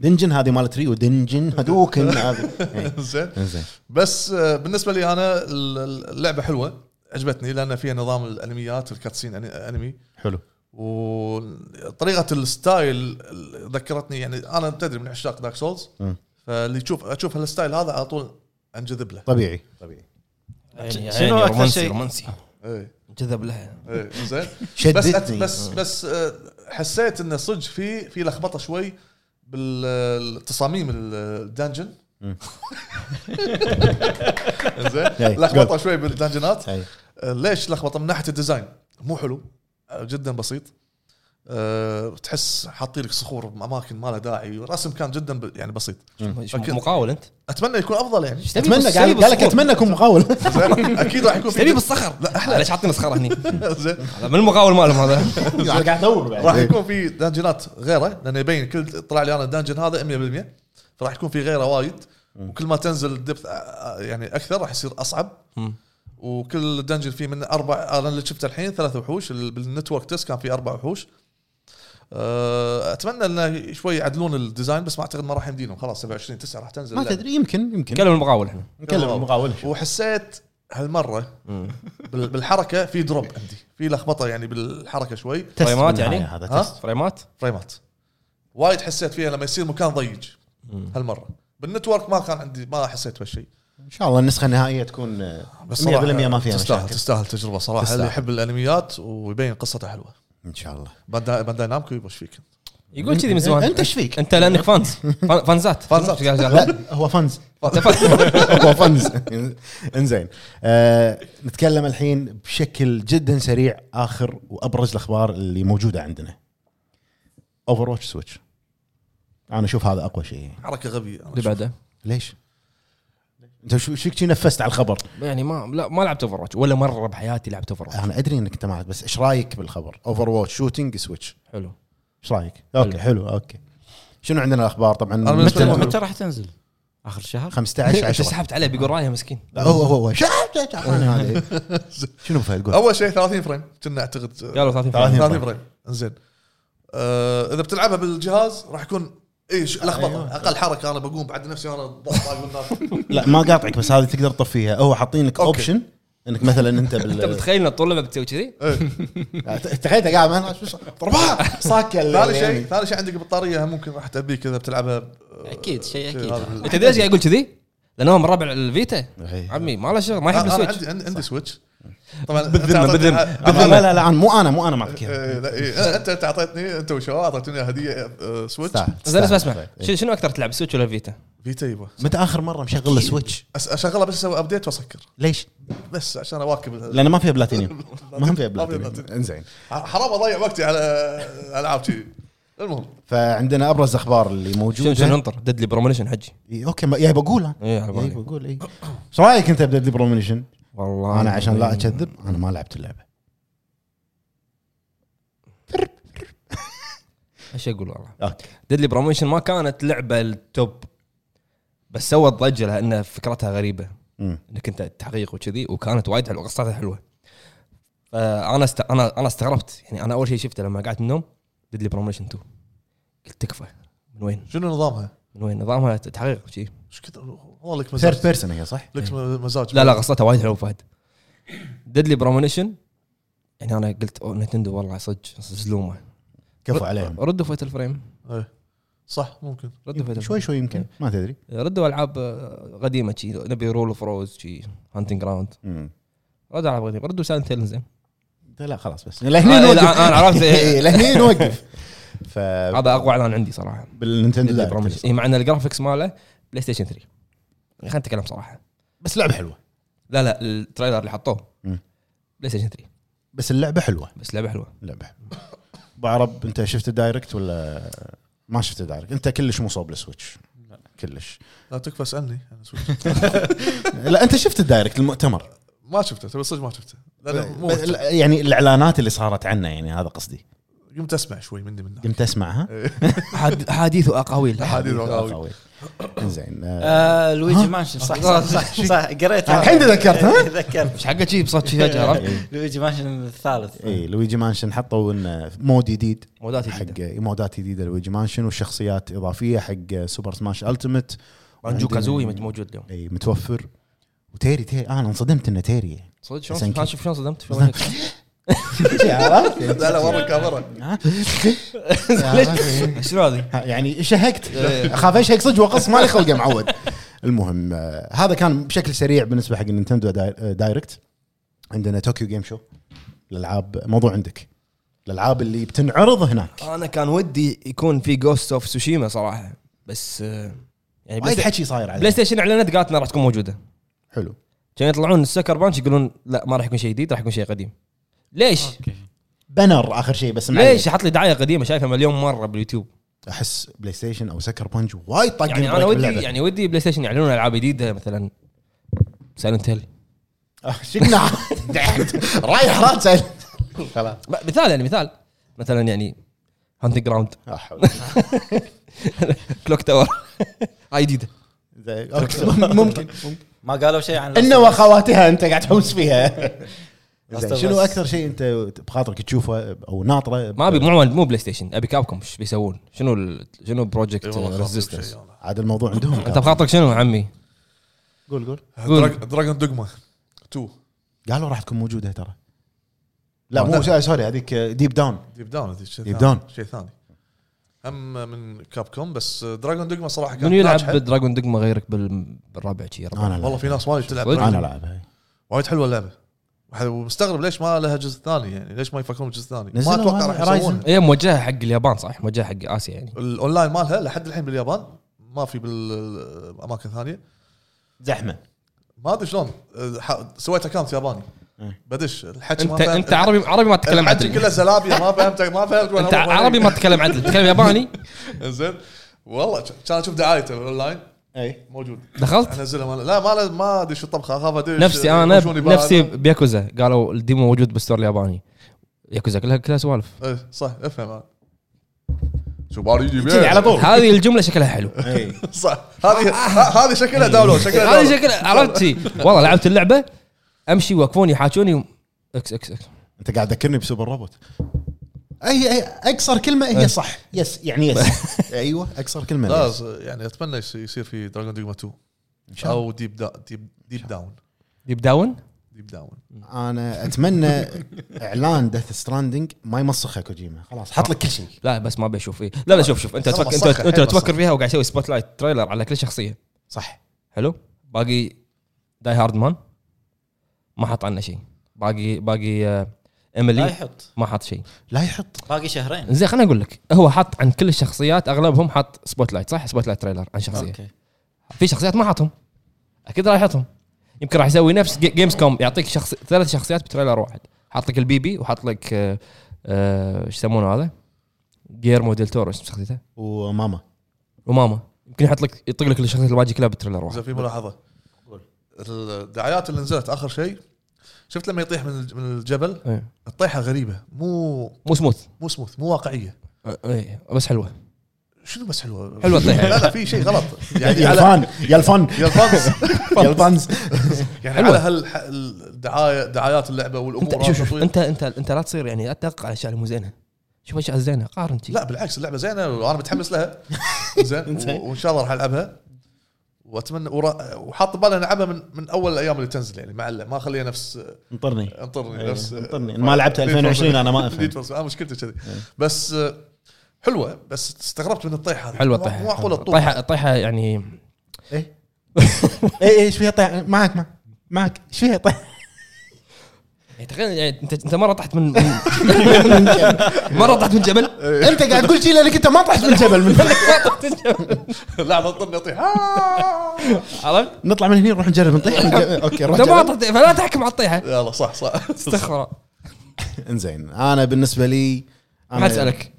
Speaker 1: دنجن هذه مالت ريو دنجن هدوكن هذه إيه.
Speaker 3: زين
Speaker 1: انزين
Speaker 3: بس آه، بالنسبه لي انا ال- ال- اللعبه حلوه عجبتني لان فيها نظام الانميات الكاتسين أني- انمي
Speaker 1: حلو
Speaker 3: وطريقه الستايل ال- ذكرتني يعني انا تدري من عشاق دارك سولز
Speaker 1: مم.
Speaker 3: فاللي يشوف اشوف هالستايل هذا على طول انجذب له
Speaker 1: طبيعي طبيعي
Speaker 2: عيني
Speaker 4: شنو
Speaker 2: عيني
Speaker 4: أكثر
Speaker 2: يعني رومانسي
Speaker 4: شيء؟
Speaker 2: رومانسي
Speaker 1: إيه،
Speaker 3: ايه
Speaker 2: جذب لها
Speaker 3: ايه زين بس أت-
Speaker 1: شدتني
Speaker 3: بس بس آه، حسيت انه صدق في في لخبطه شوي بالتصاميم الدنجن
Speaker 1: مم.
Speaker 3: زين
Speaker 1: إيه،
Speaker 3: لخبطه
Speaker 1: قول.
Speaker 3: شوي بالدنجنات
Speaker 1: أي.
Speaker 3: آه، ليش لخبطه من ناحيه الديزاين مو حلو آه، جدا بسيط أه تحس حاطين لك صخور باماكن ما لها داعي الرسم كان جدا ب... يعني بسيط
Speaker 2: شو
Speaker 3: أكيد.
Speaker 2: مقاول انت
Speaker 3: اتمنى يكون افضل يعني
Speaker 2: ايش
Speaker 1: اتمنى قال قال لك اتمنى اكون مقاول
Speaker 3: زين، اكيد راح يكون
Speaker 2: تبي
Speaker 3: في
Speaker 2: بالصخر لا احلى ليش حاطين صخره هني
Speaker 3: زين
Speaker 2: هذا من المقاول مالهم هذا
Speaker 1: قاعد ادور بعد.
Speaker 3: راح يكون في دانجنات غيره لانه يبين كل طلع لي انا الدانجن هذا 100% فراح يكون في غيره وايد وكل ما تنزل الدبث يعني اكثر راح يصير اصعب
Speaker 2: مم.
Speaker 3: وكل دنجن فيه من اربع انا اللي شفته الحين ثلاث وحوش ال- بالنتورك تيست كان في اربع وحوش أه، اتمنى انه شوي يعدلون الديزاين بس ما اعتقد ما راح يمدينهم خلاص 27 9 راح تنزل
Speaker 1: ما
Speaker 3: اللعبة.
Speaker 1: تدري يمكن يمكن
Speaker 2: كلم المقاول احنا
Speaker 1: نكلم المقاول
Speaker 3: طيب، وحسيت هالمره بال- بالحركه في دروب عندي في لخبطه يعني بالحركه شوي
Speaker 2: فريمات يعني؟
Speaker 1: هذا
Speaker 3: ها؟
Speaker 1: تست.
Speaker 2: فريمات
Speaker 3: فريمات وايد حسيت فيها لما يصير مكان ضيق هالمره بالنتورك ما كان عندي ما حسيت بهالشيء
Speaker 1: ان شاء الله النسخه النهائيه تكون آه، 100%
Speaker 3: بس
Speaker 1: ما فيها
Speaker 3: تستاهل
Speaker 1: مشاكل
Speaker 3: تستاهل تجربه صراحه
Speaker 1: تستاهل.
Speaker 3: اللي يحب الانميات ويبين قصته حلوه
Speaker 1: ان شاء الله
Speaker 3: بانداي بانداي نامكو يبغى ايش فيك
Speaker 2: يقول كذي من زمان
Speaker 1: أنت إيش فيك؟
Speaker 2: انت لانك فانز فان- فانزات
Speaker 3: فانزات.
Speaker 2: لا
Speaker 1: لا هو فنز
Speaker 2: أنت فانز.
Speaker 1: هو فنز انزين آه، نتكلم الحين بشكل جدا سريع اخر وابرز الاخبار اللي موجوده عندنا اوفر واتش سويتش انا اشوف هذا اقوى شيء
Speaker 3: حركه غبيه أنا
Speaker 2: اللي بعده
Speaker 1: ليش؟ انت شو شو شي نفست على الخبر؟
Speaker 2: يعني ما لا ما لعبت اوفر ولا مره بحياتي لعبت اوفر
Speaker 1: انا ادري انك انت ما بس ايش رايك بالخبر؟ اوفر واتش شوتنج سويتش
Speaker 2: حلو
Speaker 1: ايش رايك؟ اوكي حلو اوكي شنو عندنا الاخبار طبعا
Speaker 3: أنا بالنسبة لي
Speaker 1: متى
Speaker 4: متى راح تنزل؟ اخر شهر؟
Speaker 1: 15
Speaker 2: انت
Speaker 1: 10
Speaker 2: سحبت عليه بيقول رايها مسكين
Speaker 1: لا، هو هو هو شا- شا- شا- أنا هذا. شنو فهد قول
Speaker 3: اول شيء 30 فريم كنا اعتقد
Speaker 2: قالوا 30
Speaker 1: 30
Speaker 2: فريم.
Speaker 3: 30 فريم زين آه اذا بتلعبها بالجهاز راح يكون ايش لخبطه اقل حركه انا بقوم بعد نفسي وانا ضغط طاق والنار.
Speaker 1: لا ما قاطعك بس هذه تقدر تطفيها هو حاطين لك
Speaker 3: أوكي.
Speaker 1: اوبشن انك مثلا انت
Speaker 2: انت
Speaker 1: بال
Speaker 2: متخيل ان الطلبه بتسوي كذي؟
Speaker 1: تخيل أنت قاعد معنا، شو- ضربها صاك
Speaker 3: ثاني شيء ثاني شيء عندك بطاريه ممكن راح تأذيك اذا بتلعبها ب-
Speaker 5: اكيد شيء
Speaker 3: شيء
Speaker 5: اكيد
Speaker 3: هذا بال-
Speaker 2: انت ليش قاعد يقول كذي؟ لانه هو من ربع الفيتا
Speaker 1: أي.
Speaker 2: عمي ما له شغل
Speaker 1: آه،
Speaker 2: ما يحب
Speaker 3: انا
Speaker 2: السويتش
Speaker 3: آه، عندي عندي- عندي سويتش طبعا أنت
Speaker 2: بالذمة-
Speaker 3: أعطيتني-
Speaker 2: بالذمة.
Speaker 3: آه،
Speaker 1: لا لا لا أنا- مو انا مو انا ما اعطيك إياها.
Speaker 3: آه، لا، إيه، انت انت اعطيتني انت وشباب اعطيتوني هديه آه، سويتش
Speaker 1: استاهل،
Speaker 2: زين اسمع
Speaker 1: استاهل. إيه.
Speaker 2: اسمع شنو- شنو اكثر تلعب سويتش ولا فيتا؟
Speaker 3: فيتا يبا
Speaker 1: متى اخر مره مشغل له سويتش؟
Speaker 3: أس- اشغلها بس اسوي ابديت واسكر
Speaker 1: ليش؟
Speaker 3: بس عشان اواكب ال-
Speaker 1: لان ما فيها بلاتينيوم ما فيها بلاتينيوم
Speaker 3: بلاتينيوم.
Speaker 1: انزين
Speaker 3: حرام اضيع وقتي على العاب كذي المهم
Speaker 1: فعندنا ابرز اخبار اللي
Speaker 2: شنو شنو
Speaker 1: موجوده
Speaker 2: انطر ديدلي برومونيشن حجي
Speaker 1: إي، اوكي ما- يا بقول انا
Speaker 2: اي على
Speaker 1: يا
Speaker 2: بالي
Speaker 1: إيه، بقول آه، اي ايش رايك انت بديدلي برومنيشن؟
Speaker 2: والله
Speaker 1: انا عشان لا اكذب انا ما لعبت اللعبه
Speaker 2: ايش اقول والله
Speaker 1: اوكي
Speaker 2: ديدلي بروميشن ما كانت لعبه التوب بس سوت ضجه لان فكرتها غريبه
Speaker 1: أمم.
Speaker 2: انك انت تحقيق وكذي وكانت وايد حلوه قصتها حلوه فانا است... انا انا استغربت يعني انا اول شيء شفته لما قعدت من النوم ديدلي بروميشن 2 قلت تكفى من وين
Speaker 3: شنو نظامها؟
Speaker 2: من وين نظامها تحقيق وشي
Speaker 3: ايش كثر والله لك
Speaker 1: ثيرد
Speaker 3: مزاج
Speaker 1: بيرسون هي صح؟
Speaker 3: لك م- مزاج
Speaker 2: لا لا قصتها وايد حلوه فهد ديدلي بروميشن يعني انا قلت أوه نتندو والله صدق زلومه
Speaker 1: كفو عليهم إيه،
Speaker 2: ردوا فايت الفريم
Speaker 3: إيه. صح ممكن
Speaker 2: ردوا فايت
Speaker 1: شوي شوي يمكن ما تدري
Speaker 2: ردوا العاب آه، قديمه شي نبي رول اوف روز شي هانتنج جراوند
Speaker 1: أمم.
Speaker 2: ردوا العاب قديمه ردوا سايلنت هيل زين
Speaker 1: لا خلاص بس لهني
Speaker 2: آه، إذا
Speaker 1: نوقف
Speaker 2: أنا- أنا عرفت. إيه،
Speaker 1: إي، لهني إيه، نوقف ف
Speaker 2: هذا اقوى اعلان عندي صراحه
Speaker 1: بالنينتندو
Speaker 2: ديدلي
Speaker 1: دايركت.
Speaker 2: بروميشن. إيه، مع ان الجرافكس ماله بلاي ستيشن 3 خلينا نتكلم صراحه
Speaker 1: بس لعبه حلوه
Speaker 2: لا لا التريلر اللي حطوه
Speaker 1: مم.
Speaker 2: بلاي ستيشن 3
Speaker 1: بس اللعبه حلوه
Speaker 2: بس لعبه حلوه
Speaker 1: لعبه ابو عرب انت شفت الدايركت ولا ما شفت الدايركت انت كلش مو صوب السويتش كلش
Speaker 3: لا تكفى اسالني انا سويت.
Speaker 1: لا انت شفت الدايركت المؤتمر
Speaker 3: ما شفته تبي صدق ما شفته لأن مو
Speaker 1: بس- لا، يعني الاعلانات اللي صارت عنه يعني هذا قصدي
Speaker 3: قمت اسمع شوي مني من
Speaker 1: قمت اسمعها
Speaker 2: حديث واقاويل
Speaker 3: حديث وقاوي
Speaker 1: قوي. انزين آه،
Speaker 4: آه لويجي مانشن صح صح صح, صح قريت
Speaker 1: الحين تذكرت، ها؟
Speaker 4: تذكرت
Speaker 2: مش حقه شي بصوت شي فجاه عرفت
Speaker 4: إيه. لويجي مانشن الثالث
Speaker 2: إيه.
Speaker 1: اي إيه، لويجي مانشن حطوا إنه مود جديد
Speaker 2: مودات
Speaker 1: حق
Speaker 2: جديده
Speaker 1: مودات جديده لويجي مانشن وشخصيات اضافيه حق سوبر سماش التيمت
Speaker 2: رانجو
Speaker 1: وعندنا-
Speaker 2: كازوي مت- موجود اليوم
Speaker 1: اي متوفر وتيري تيري انا انصدمت انه تيري يعني.
Speaker 2: صدق شلون
Speaker 1: حسن كي.
Speaker 2: كان شوف شلون صدمت شلون وجهك.
Speaker 1: عرفت؟
Speaker 3: لا لا ورا الكاميرا
Speaker 1: ها؟
Speaker 2: شنو هذه؟
Speaker 1: ها، يعني شهقت
Speaker 2: إيه.
Speaker 1: اخاف اشهق صدق واقص مالي خلقه معود المهم آه، هذا كان بشكل سريع بالنسبه حق النينتندو داي- آه، دايركت عندنا طوكيو جيم شو الالعاب موضوع عندك الالعاب اللي بتنعرض هناك
Speaker 2: انا كان ودي يكون في جوست اوف سوشيما صراحه بس آه، يعني بلاي
Speaker 1: وايد
Speaker 2: ستيشن-
Speaker 1: حكي صاير
Speaker 2: بلاي
Speaker 1: عليه
Speaker 2: ستيشن اعلنت قالت انها راح تكون موجوده
Speaker 1: حلو
Speaker 2: كانوا يطلعون السكر بانش يقولون لا ما راح يكون شيء جديد راح يكون شيء قديم ليش؟
Speaker 1: بانر اخر شيء بس معلق.
Speaker 2: ليش حط لي دعايه قديمه شايفها مليون مره باليوتيوب
Speaker 1: احس بلاي ستيشن او سكر بانج وايد طاقين
Speaker 2: يعني انا
Speaker 1: بريك
Speaker 2: ودي
Speaker 1: باللعبة.
Speaker 2: يعني ودي بلاي ستيشن يعلنون العاب جديده مثلا سايلنت هيل
Speaker 1: آه، شقنا رايح راسل خلاص
Speaker 2: ب- مثال يعني مثال مثلا يعني هانت جراوند
Speaker 1: لا آه، حول.
Speaker 2: كلوك تاور هاي جديده
Speaker 1: زين، أوكي. ممكن
Speaker 4: ما قالوا شيء عن
Speaker 1: انه واخواتها انت قاعد تحوس فيها
Speaker 4: Last
Speaker 1: زين،
Speaker 4: of
Speaker 1: شنو
Speaker 4: Us.
Speaker 1: اكثر شيء انت بخاطرك تشوفه او ناطره
Speaker 2: ما ابي مو مو بلاي ستيشن ابي كابكم ايش بيسوون شنو ال- شنو بروجكت
Speaker 3: إيه،
Speaker 2: ريزيستنس
Speaker 1: عاد الموضوع عندهم
Speaker 2: انت بخاطرك شنو عمي
Speaker 1: قول قول
Speaker 2: قول.
Speaker 3: دراجون دوجما 2
Speaker 1: قالوا راح تكون موجوده ترى لا مو سوري- سوري هذيك ديب داون
Speaker 3: ديب داون هذيك شيء
Speaker 1: Deep
Speaker 3: ثاني.
Speaker 1: Down.
Speaker 3: شيء ثاني هم من كاب كوم بس دراجون دوجما صراحه
Speaker 2: منو
Speaker 3: كان
Speaker 2: يلعب
Speaker 3: ناجحه
Speaker 2: دراجون دقمه غيرك بال- بالرابع شي ربع.
Speaker 1: انا
Speaker 3: والله
Speaker 1: لا
Speaker 3: في ناس وايد تلعب
Speaker 2: صدق؟
Speaker 3: Dragon
Speaker 1: انا
Speaker 3: Dogma.
Speaker 1: العبها
Speaker 3: وايد حلوه اللعبه واحد- ومستغرب ليش ما لها جزء ثاني يعني ليش ما يفكرون بجزء ثاني ما
Speaker 1: نزلوا
Speaker 3: اتوقع
Speaker 1: هذا
Speaker 3: راح يسوونها
Speaker 1: Horizon.
Speaker 2: هي موجهه إيه، حق اليابان صح موجهه حق اسيا يعني
Speaker 3: الاونلاين مالها لحد الحين باليابان ما في بالاماكن ثانيه
Speaker 1: زحمه
Speaker 3: ما ادري شلون أه، ح- سويت اكونت ياباني
Speaker 1: إيه.
Speaker 3: بدش الحكي ما
Speaker 2: انت
Speaker 3: فاهم
Speaker 2: انت عربي عربي ما تتكلم
Speaker 3: الحكي
Speaker 2: عدل
Speaker 3: كله زلابيا ما فهمت ما فهمت وين
Speaker 2: انت
Speaker 3: أروح وين.
Speaker 2: عربي ما تتكلم عدل تتكلم ياباني
Speaker 3: زين والله ش- كان اشوف دعايته اونلاين
Speaker 1: اي
Speaker 3: موجود
Speaker 2: دخلت
Speaker 3: انزلهم انا لا ما له- ما ادري شو الطبخه اخاف ادش
Speaker 2: نفسي انا
Speaker 3: يبوشوني بعض.
Speaker 2: نفسي بياكوزا قالوا الديمو موجود بالستور الياباني ياكوزا كلها كلها سوالف
Speaker 3: إيه، صح افهم انا شو باري يجيب
Speaker 1: كذي إيه، على طول إيه،
Speaker 2: هذه الجمله شكلها حلو
Speaker 1: اي
Speaker 3: صح هذه ه- هذه شكلها داونلود شكلها
Speaker 2: آه. هذه
Speaker 3: داونلود.
Speaker 2: شكلها عرفت شي. والله لعبت اللعبه امشي وقفوني يحاكوني اكس اكس اكس
Speaker 1: انت قاعد تذكرني بسوبر روبوت اي أي- اقصر كلمه هي صح يس يعني يس ايوه اقصر كلمه
Speaker 3: لا
Speaker 1: يس.
Speaker 3: ز- يعني اتمنى يص- يصير في دراجون دوغما 2
Speaker 1: إن شاء الله.
Speaker 3: او ديب دا ديب ديب داون
Speaker 2: ديب داون
Speaker 3: ديب داون
Speaker 1: انا اتمنى اعلان ديث ستراندنج ما يمسخها كوجيما خلاص حط لك كل شيء
Speaker 2: لا بس ما ابي اشوف إيه. لا لا شوف شوف انت
Speaker 3: صح،
Speaker 2: تفكر
Speaker 3: صح،
Speaker 2: انت, انت
Speaker 3: حلو،
Speaker 2: تفكر
Speaker 3: صح.
Speaker 2: فيها وقاعد تسوي سبوت لايت تريلر على كل شخصيه
Speaker 3: آه.
Speaker 1: صح
Speaker 2: حلو باقي داي هارد مان ما حط عنا شيء باقي باقي آه،
Speaker 4: لا
Speaker 2: ايميلي
Speaker 4: يحط
Speaker 2: ما حط شيء
Speaker 1: لا يحط
Speaker 4: باقي شهرين
Speaker 2: زين خليني اقول لك هو حط عن كل الشخصيات اغلبهم حط سبوت لايت صح سبوت لايت تريلر عن شخصيه
Speaker 4: اوكي
Speaker 2: في شخصيات ما حطهم اكيد راح يحطهم يمكن راح يسوي نفس جيمز كوم يعطيك شخص ثلاث شخصيات بتريلر واحد حاط لك البيبي وحاط لك آه، آه، ايش يسمونه هذا؟ جير موديل تورو اسم شخصيته
Speaker 1: وماما
Speaker 2: وماما يمكن يحط لك يطق لك الشخصيات الباقي كلها بتريلر واحد
Speaker 3: زين في ملاحظه الدعايات اللي نزلت اخر شيء شفت لما يطيح من الج- من الجبل
Speaker 2: إيه.
Speaker 3: الطيحه غريبه مو
Speaker 2: مو سموث
Speaker 3: مو سموث مو واقعيه
Speaker 2: آه، ايه بس حلوه
Speaker 3: شنو بس حلوه
Speaker 2: حلوة الطيحة.
Speaker 3: لا لا في شيء غلط يعني
Speaker 1: يا
Speaker 3: على
Speaker 1: الفان يا الفان
Speaker 3: يا الفانز
Speaker 1: يا الفانز
Speaker 3: يعني
Speaker 2: حلوة.
Speaker 3: على هال الدعايه دعايات اللعبه والامور
Speaker 2: انت شوف شوف
Speaker 3: هالتطوير.
Speaker 2: انت انت انت لا تصير يعني لا تدقق على الاشياء اللي مو زينه شوف الاشياء الزينه قارن شي.
Speaker 3: لا بالعكس اللعبه زينه وانا متحمس لها زين و- وان شاء الله راح العبها واتمنى ورا- وحاط بالي العبها من من اول الايام اللي تنزل يعني مع اللعبة. ما اخليها نفس
Speaker 5: انطرني
Speaker 3: انطرني
Speaker 5: أيوة،
Speaker 3: نفس
Speaker 5: انطرني. ما لعبتها 2020 أنا ما أفهم. إيه.
Speaker 3: Need for Speed. آه، مشكلتي كذي بس آه، حلوه بس استغربت من الطيحه هذه.
Speaker 2: حلوه
Speaker 3: مو-
Speaker 2: الطيحه
Speaker 3: مو معقوله الطيحه
Speaker 2: الطيحه الطيحه يعني
Speaker 1: اي اي ايش فيها إيه، طيح معك معك معك ايش فيها طيح
Speaker 2: يعني تخيل يعني انت انت مره طحت من من- مره طحت من جبل
Speaker 1: انت قاعد تقول شيء لانك انت ما طحت من الجبل من فلك.
Speaker 3: لحظه اضطرني اطيح آه.
Speaker 2: عرفت؟
Speaker 1: نطلع من هنا نروح نجرب نطيح من الجبل. اوكي نروح
Speaker 2: انت ما
Speaker 1: جبل.
Speaker 2: طحت فلا تحكم على الطيحه
Speaker 3: يلا صح صح
Speaker 2: استخرى
Speaker 1: انزين انا بالنسبه لي أنا-
Speaker 2: ما اسالك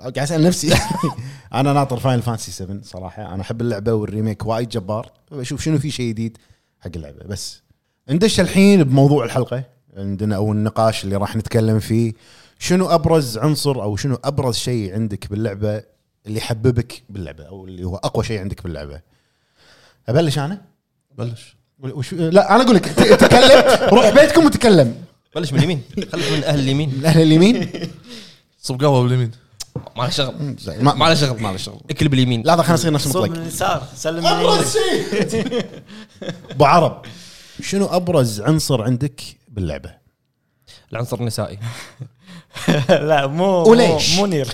Speaker 1: قاعد اسال نفسي انا ناطر فاينل فانسي 7 صراحه انا احب اللعبه والريميك وايد جبار بشوف شنو في شيء جديد حق اللعبه بس ندش الحين بموضوع الحلقه عندنا او النقاش اللي راح نتكلم فيه شنو ابرز عنصر او شنو ابرز شيء عندك باللعبه اللي يحببك باللعبه او اللي هو اقوى شيء عندك باللعبه ابلش انا
Speaker 3: بلش
Speaker 1: وش... لا انا اقول لك ت- تكلم روح بيتكم وتكلم
Speaker 2: بلش من اليمين خليك من اهل اليمين
Speaker 1: من اهل اليمين
Speaker 3: صب قهوه باليمين
Speaker 2: ما له شغل
Speaker 1: زين، ما-
Speaker 2: ما له شغل ما له شغل اكل باليمين
Speaker 1: لحظه خلينا نصير نفس
Speaker 4: صوب
Speaker 1: مطلق
Speaker 4: من اليسار سلم من اليمين
Speaker 1: ابو عرب شنو ابرز عنصر عندك باللعبه؟
Speaker 2: العنصر النسائي
Speaker 4: لا مو مو-
Speaker 1: وليش؟
Speaker 4: مو نير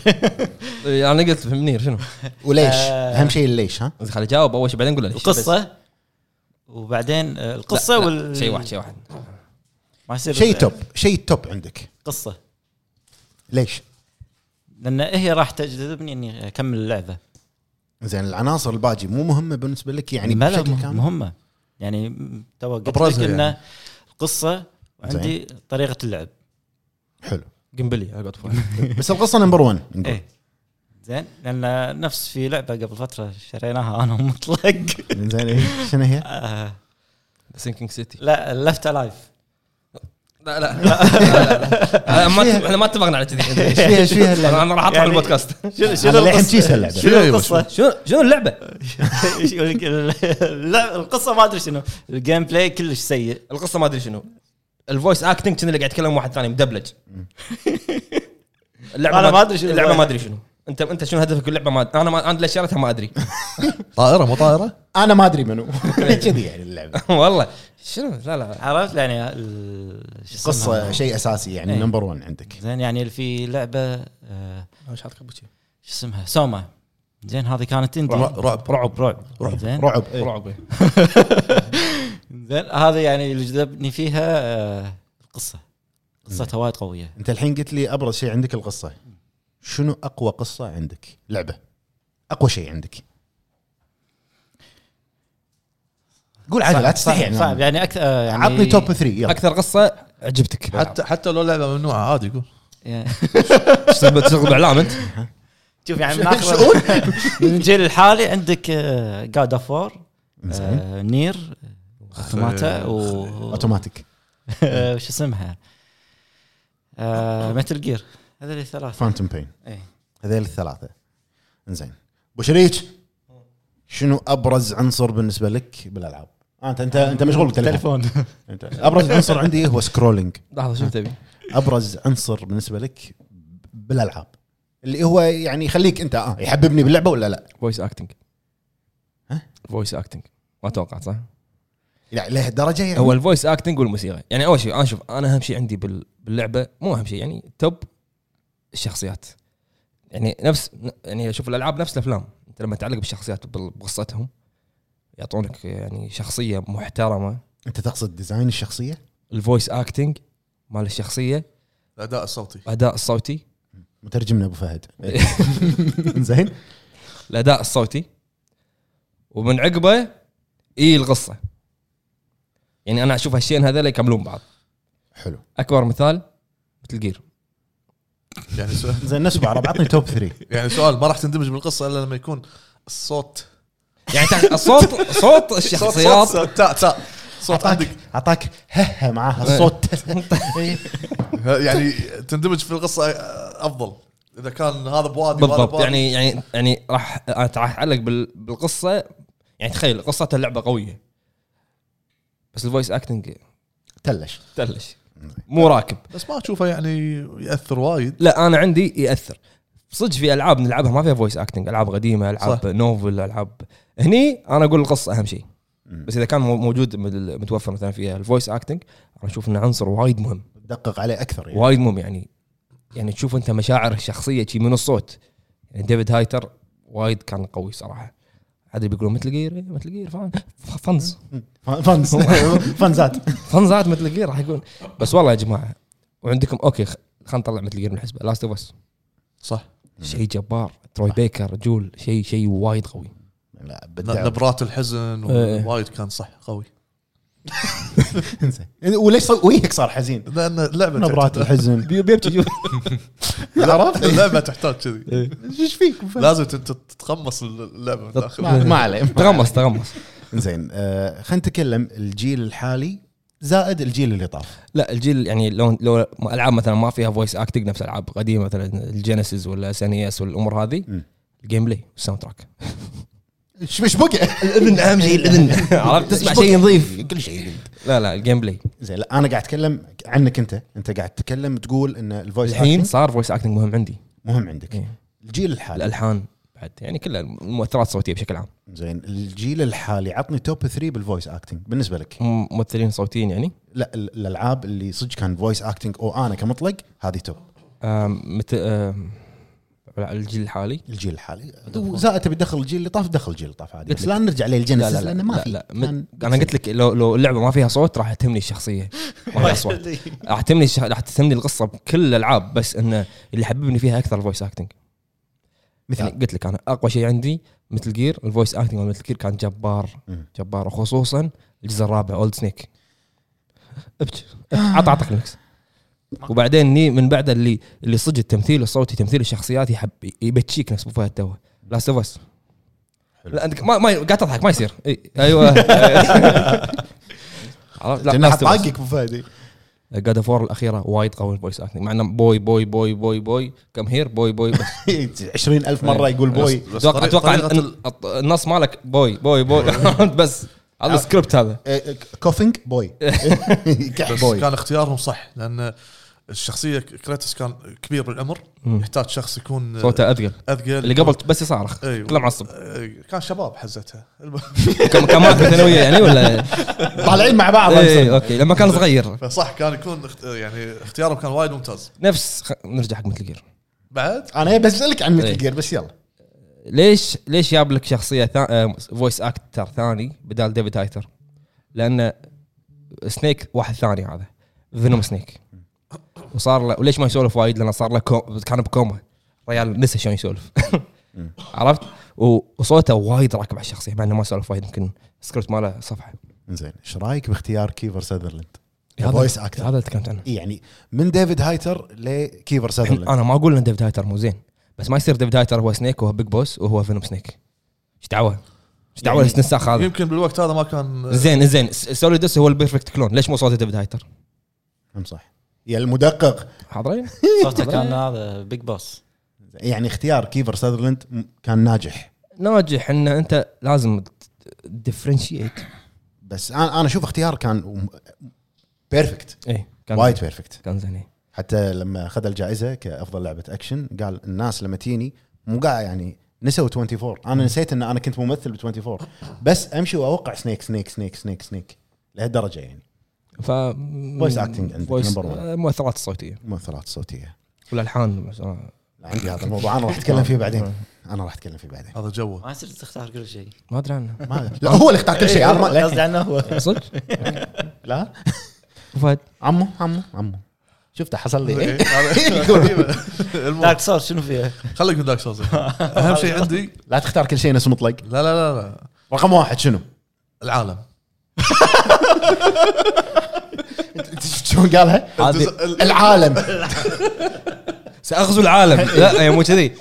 Speaker 2: إيه، انا قلت في منير شنو؟
Speaker 1: وليش؟
Speaker 4: آه.
Speaker 1: اهم شيء الليش ها؟
Speaker 2: خليني اجاوب اول شيء بعدين اقول له ليش.
Speaker 4: القصه وبعدين آه، القصه
Speaker 2: لا، لا،
Speaker 4: وال
Speaker 2: شيء واحد شيء واحد
Speaker 4: ما يصير
Speaker 1: شيء توب شيء توب عندك
Speaker 4: قصه
Speaker 1: ليش؟
Speaker 4: لان هي راح تجذبني اني اكمل اللعبه
Speaker 1: زين العناصر الباقي مو مهمه بالنسبه لك يعني
Speaker 4: لا لا
Speaker 1: بشكل
Speaker 4: مه-
Speaker 1: كامل
Speaker 4: مهمه يعني م- تو قلت لك
Speaker 3: أبرزها
Speaker 4: انه
Speaker 3: يعني.
Speaker 4: القصه وعندي طريقه اللعب
Speaker 1: حلو
Speaker 2: قنبلي اقعد فوق.
Speaker 1: بس القصه نمبر 1 نقول
Speaker 4: ايه زين لان نفس في لعبه قبل فتره شريناها انا ومطلق
Speaker 1: زين إيه؟ شنو هي؟
Speaker 4: آه،
Speaker 2: سينكينج سيتي
Speaker 4: لا لفت الايف
Speaker 2: لا لا لا، ما- احنا ما اتفقنا على كذي
Speaker 1: ايش فيها ايش فيها اللعبة؟
Speaker 2: انا راح اطلع
Speaker 4: يعني-
Speaker 2: البودكاست
Speaker 4: شنو
Speaker 1: أنا للحين كيس اللعبة.
Speaker 4: شنو القصه؟
Speaker 2: شنو شنو اللعبه؟
Speaker 4: يقولك ال- اللعبة- القصه ما ادري شنو الجيم بلاي كلش سيء
Speaker 2: القصه ما ادري شنو الفويس اكتنج كنا اللي قاعد يتكلم واحد ثاني مدبلج اللعبه
Speaker 4: أنا ما أدري شنو
Speaker 2: اللعبه
Speaker 4: الفويس.
Speaker 2: ما ادري شنو انت انت شنو هدفك اللعبه ما أدري. انا ما انا اللي شريتها ما ادري
Speaker 3: طائره مو طائره
Speaker 1: انا ما ادري منو كذي يعني اللعبه
Speaker 2: والله شنو لا لا
Speaker 4: عرفت يعني ال- شو
Speaker 1: قصه
Speaker 4: اسمها؟
Speaker 1: شيء اساسي يعني
Speaker 4: إيه.
Speaker 1: نمبر 1 عندك
Speaker 4: زين يعني في لعبه آه، شو اسمها سوما زين هذه كانت اندي
Speaker 3: رعب- رعب.
Speaker 4: رعب رعب رعب زين
Speaker 1: رعب إيه.
Speaker 2: رعب إيه.
Speaker 4: زين هذا يعني اللي جذبني فيها آه، القصه قصتها وايد قويه
Speaker 1: انت الحين قلت لي ابرز شيء عندك القصه شنو اقوى قصه عندك؟ لعبه اقوى شيء عندك قول عادي لا
Speaker 4: صعب,
Speaker 1: تستحي
Speaker 4: صعب
Speaker 1: يعني
Speaker 4: يعني اكثر آه، يعني
Speaker 1: عطني توب 3 يلا
Speaker 2: اكثر قصه عجبتك
Speaker 3: حتى حتى لو لعبه ممنوعه عادي يقول
Speaker 4: يعني-
Speaker 2: تشتغل تشتغل باعلام انت
Speaker 4: شوف يعني من آخر- من الجيل الحالي عندك آه، جاد اوف وور
Speaker 1: زين
Speaker 4: آه،
Speaker 1: آه،
Speaker 4: نير اوتوماتا و
Speaker 1: اوتوماتيك
Speaker 4: آه، وش اسمها؟ متل جير هذول الثلاثة
Speaker 1: فانتوم بين
Speaker 4: إيه.
Speaker 1: هذيل الثلاثه زين ابو شريك شنو ابرز عنصر بالنسبه لك بالالعاب؟ آه، انت انت انت مشغول بالتليفون
Speaker 4: تليفون
Speaker 1: أنت- ابرز عنصر عندي هو سكرولينج
Speaker 2: لحظه شو تبي؟
Speaker 1: ابرز عنصر بالنسبه لك بالالعاب اللي هو يعني يخليك انت اه يحببني باللعبه ولا لا؟
Speaker 2: فويس اكتنج
Speaker 1: ها؟
Speaker 2: فويس اكتنج ما توقعت صح؟
Speaker 1: لا لهالدرجه يعني
Speaker 2: هو الفويس اكتنج والموسيقى يعني اول شيء انا شوف انا اهم شيء عندي بال- باللعبه مو اهم شيء يعني توب الشخصيات يعني نفس يعني شوف الالعاب نفس الافلام انت لما تعلق بالشخصيات بال- بقصتهم يعطونك يعني شخصيه محترمه
Speaker 1: انت تقصد ديزاين الشخصيه؟
Speaker 2: الفويس اكتنج مال الشخصيه
Speaker 3: الاداء الصوتي
Speaker 2: الاداء الصوتي
Speaker 1: مترجمنا ابو فهد زين
Speaker 2: الاداء الصوتي ومن عقبه اي القصه يعني انا اشوف هالشيئين هذول يكملون بعض
Speaker 1: حلو
Speaker 2: اكبر مثال مثل جير
Speaker 3: يعني سؤال
Speaker 1: زين نفس بعض عطني توب 3
Speaker 3: يعني سؤال ما راح تندمج بالقصه الا لما يكون الصوت
Speaker 2: يعني تع- الصوت صوت
Speaker 3: صوت-
Speaker 2: الشخصيات
Speaker 3: صوت تا تا
Speaker 1: اعطاك
Speaker 3: صوت عندك
Speaker 1: اعطاك ههه معاها الصوت إيه.
Speaker 3: يعني تندمج في القصه افضل اذا كان هذا بوادي وهذا
Speaker 2: بالضبط
Speaker 3: بوادي.
Speaker 2: يعني يعني يعني راح اتعلق بال- بالقصه يعني تخيل قصه اللعبه قويه بس الفويس اكتنج
Speaker 1: تلش
Speaker 2: تلش مو راكب
Speaker 3: بس ما اشوفه يعني ياثر وايد
Speaker 2: لا انا عندي ياثر صدق في العاب نلعبها ما فيها فويس اكتنج العاب قديمه العاب
Speaker 3: صح.
Speaker 2: صح. نوفل العاب هني انا اقول القصه اهم شيء
Speaker 1: مم.
Speaker 2: بس اذا كان مو- موجود مل- متوفر مثلا فيها الفويس اكتنج انا اشوف انه عنصر وايد مهم
Speaker 1: دقق عليه اكثر يعني
Speaker 2: وايد مهم يعني يعني تشوف انت مشاعر الشخصيه شي من الصوت يعني ديفيد هايتر وايد كان قوي صراحه عاد بيقولون مثل جير مثل جير فان فنز
Speaker 1: فانز فانزات
Speaker 2: فنزات مثل جير راح يقول بس والله يا جماعه وعندكم اوكي خ- خلينا نطلع مثل جير من الحسبه لاست اوف اس
Speaker 3: صح
Speaker 2: شيء جبار تروي بيكر جول شيء شيء وايد قوي
Speaker 1: لا بدع.
Speaker 3: نبرات الحزن
Speaker 2: إيه.
Speaker 3: وايد كان صح قوي
Speaker 1: زين. وليش صار- وجهك صار حزين
Speaker 3: لان اللعبه
Speaker 1: نبرات
Speaker 3: تحتاج-
Speaker 1: الحزن
Speaker 2: بيبكي
Speaker 3: عرفت اللعبه تحتاج
Speaker 2: إيه.
Speaker 3: كذي
Speaker 1: ايش فيك
Speaker 3: لازم تت- تتقمص اللعبه من داخل
Speaker 1: ما ما عليه ما عليه.
Speaker 2: تغمص تغمص
Speaker 1: زين آه، خلينا نتكلم الجيل الحالي زائد الجيل اللي طاف
Speaker 2: لا الجيل يعني لو لو العاب مثلا ما فيها فويس اكتنج نفس العاب قديمه مثلا الجينيسيس ولا اس ان اس والامور
Speaker 1: مم.
Speaker 2: هذه الجيم بلاي والساوند تراك
Speaker 1: ايش ايش بقى
Speaker 2: الاذن اهم شيء الاذن عرفت تسمع شيء نظيف
Speaker 1: كل شيء
Speaker 2: لا لا الجيم بلاي
Speaker 1: زين لا انا قاعد اتكلم عنك انت انت قاعد تتكلم تقول ان الفويس
Speaker 2: الحين
Speaker 1: الحين
Speaker 2: صار فويس اكتنج مهم عندي
Speaker 1: مهم عندك
Speaker 2: إيه.
Speaker 1: الجيل الحالي
Speaker 2: الالحان بعد يعني كلها المؤثرات الصوتيه بشكل عام
Speaker 1: زين الجيل الحالي عطني توب 3 بالفويس اكتنج بالنسبه لك
Speaker 2: م- ممثلين صوتيين يعني
Speaker 1: لا ال- الالعاب اللي صدق كان فويس اكتنج او انا كمطلق هذه توب
Speaker 2: آم، مت آم، الجيل الحالي
Speaker 1: الجيل الحالي
Speaker 2: طيب.
Speaker 1: وزائد تبي تدخل الجيل اللي طاف دخل الجيل اللي طاف عادي
Speaker 2: قلت
Speaker 1: بس
Speaker 2: لك.
Speaker 1: لا نرجع للجينيسيس
Speaker 2: لا، لا،
Speaker 1: لانه ما
Speaker 2: لا،
Speaker 1: في
Speaker 2: لا،
Speaker 1: كان-
Speaker 2: انا قلت لك لو لو اللعبه ما فيها صوت راح تهمني الشخصيه ما فيها اصوات راح تهمني الش- راح تهمني القصه بكل الالعاب بس انه اللي حببني فيها اكثر الفويس اكتنج
Speaker 1: مثال.
Speaker 2: مثل يعني قلت لك انا اقوى شيء عندي مثل جير الفويس اكتنج مال مثل جير كان جبار
Speaker 1: مم.
Speaker 2: جبار وخصوصا الجزء الرابع اولد سنيك ابكي عط عطك النكس وبعدين ني من بعد اللي اللي صدق التمثيل الصوتي تمثيل الشخصيات يحب يبتشيك نفس ابو فهد توه لاست اوف اس لا انت ما ما قاعد تضحك ما يصير إي، ايوه عرفت؟ لا
Speaker 1: جناح
Speaker 2: لاست اوف اس
Speaker 1: طاقك ابو فهد
Speaker 2: جاد اوف وور الاخيره وايد قوي الفويس اكتنج مع انه بوي بوي بوي بوي بوي كم هير بوي بوي بس
Speaker 1: 20000 مره يقول بوي
Speaker 3: بس
Speaker 2: اتوقع
Speaker 3: طريق-
Speaker 2: اتوقع
Speaker 3: طريقة
Speaker 2: إن- الط- النص مالك بوي بوي بوي بس
Speaker 3: يعني
Speaker 2: هذا السكريبت هذا
Speaker 1: آه، كوفينج بوي كح
Speaker 3: بس
Speaker 1: بوي
Speaker 3: كان اختيارهم صح لان الشخصيه كريتس كان كبير بالعمر يحتاج شخص يكون
Speaker 2: صوته اثقل
Speaker 3: اثقل
Speaker 2: اللي قبل بس يصارخ
Speaker 3: أيوة.
Speaker 2: كله معصب
Speaker 3: إيه، كان شباب حزتها الم-
Speaker 2: كان كان معك ثانويه يعني ولا
Speaker 1: طالعين مع بعض
Speaker 2: اي اوكي لما كان صغير
Speaker 3: فصح كان يكون اخت- يعني اختيارهم كان وايد ممتاز
Speaker 2: نفس خ... نرجع حق مثل جير
Speaker 3: بعد
Speaker 1: انا بسالك عن مثل
Speaker 2: إيه.
Speaker 1: جير بس يلا
Speaker 2: ليش ليش جاب لك شخصيه ثا... فويس اكتر ثاني بدال ديفيد هايتر؟ لان سنيك واحد ثاني هذا فينوم سنيك وصار له وليش ما يسولف وايد؟ لانه صار له كو... كان بكوما ريال نسى شلون يسولف عرفت؟ و... وصوته وايد راكب على الشخصيه مع انه ما سولف وايد يمكن السكريبت ماله صفحه
Speaker 1: زين ايش رايك باختيار كيفر ساذرلاند؟
Speaker 2: إيه، هذا-
Speaker 1: فويس اكتر
Speaker 2: هذا اللي تكلمت عنه
Speaker 1: يعني إيه، من ديفيد هايتر لكيفر
Speaker 2: الحين
Speaker 1: ساذرلاند
Speaker 2: انا ما اقول ان ديفيد هايتر مو زين بس ما يصير ديف دايتر هو سنيك وهو بيج بوس وهو فينوم سنيك ايش دعوه؟ ايش دعوه الاستنساخ هذا؟
Speaker 3: يمكن بالوقت هذا ما كان
Speaker 2: زين زين س- سوليدس هو البيرفكت كلون ليش مو صوته ديف دايتر؟
Speaker 1: هم صح يا المدقق
Speaker 2: حاضرين؟
Speaker 4: صوته كان هذا بيج بوس
Speaker 1: يعني اختيار كيفر ساذرلاند م- كان ناجح
Speaker 2: ناجح ان انت لازم ديفرنشيت
Speaker 1: بس انا انا اشوف اختيار كان بيرفكت
Speaker 2: اي إيه. كان
Speaker 1: وايد بيرفكت
Speaker 2: كان زين إيه.
Speaker 1: حتى لما اخذ الجائزه كافضل لعبه اكشن قال الناس لما تيني مو قاعد يعني نسوا 24 انا نسيت ان انا كنت ممثل ب 24 بس امشي واوقع سنيك سنيك سنيك سنيك سنيك لهالدرجه يعني
Speaker 2: ف
Speaker 1: Voice acting عندك
Speaker 2: Voice-
Speaker 1: number one.
Speaker 2: آه، المؤثرات الصوتيه
Speaker 1: مؤثرات صوتيه
Speaker 2: والالحان آه،
Speaker 1: عندي هذا الموضوع انا راح اتكلم فيه بعدين انا راح اتكلم فيه بعدين
Speaker 3: هذا جوه
Speaker 4: ما يصير تختار كل شيء
Speaker 2: ما ادري عنه
Speaker 1: ما لا هو اللي اختار كل شيء انا ما
Speaker 4: قصدي
Speaker 1: لا.
Speaker 4: عنه هو
Speaker 2: صدق
Speaker 1: لا
Speaker 2: فهد
Speaker 1: عمو عمو عمو شفته حصل
Speaker 2: إيه.
Speaker 1: لي
Speaker 3: إيه، المهم
Speaker 4: دارك سور شنو فيها؟
Speaker 3: خليك من دارك سولز اهم شيء عندي
Speaker 1: لا تختار كل شيء نفس مطلق
Speaker 3: لا لا لا لا
Speaker 1: رقم واحد شنو؟
Speaker 3: العالم
Speaker 1: شلون قالها؟
Speaker 2: هذه
Speaker 1: العالم
Speaker 2: ساغزو العالم لا هي مو كذي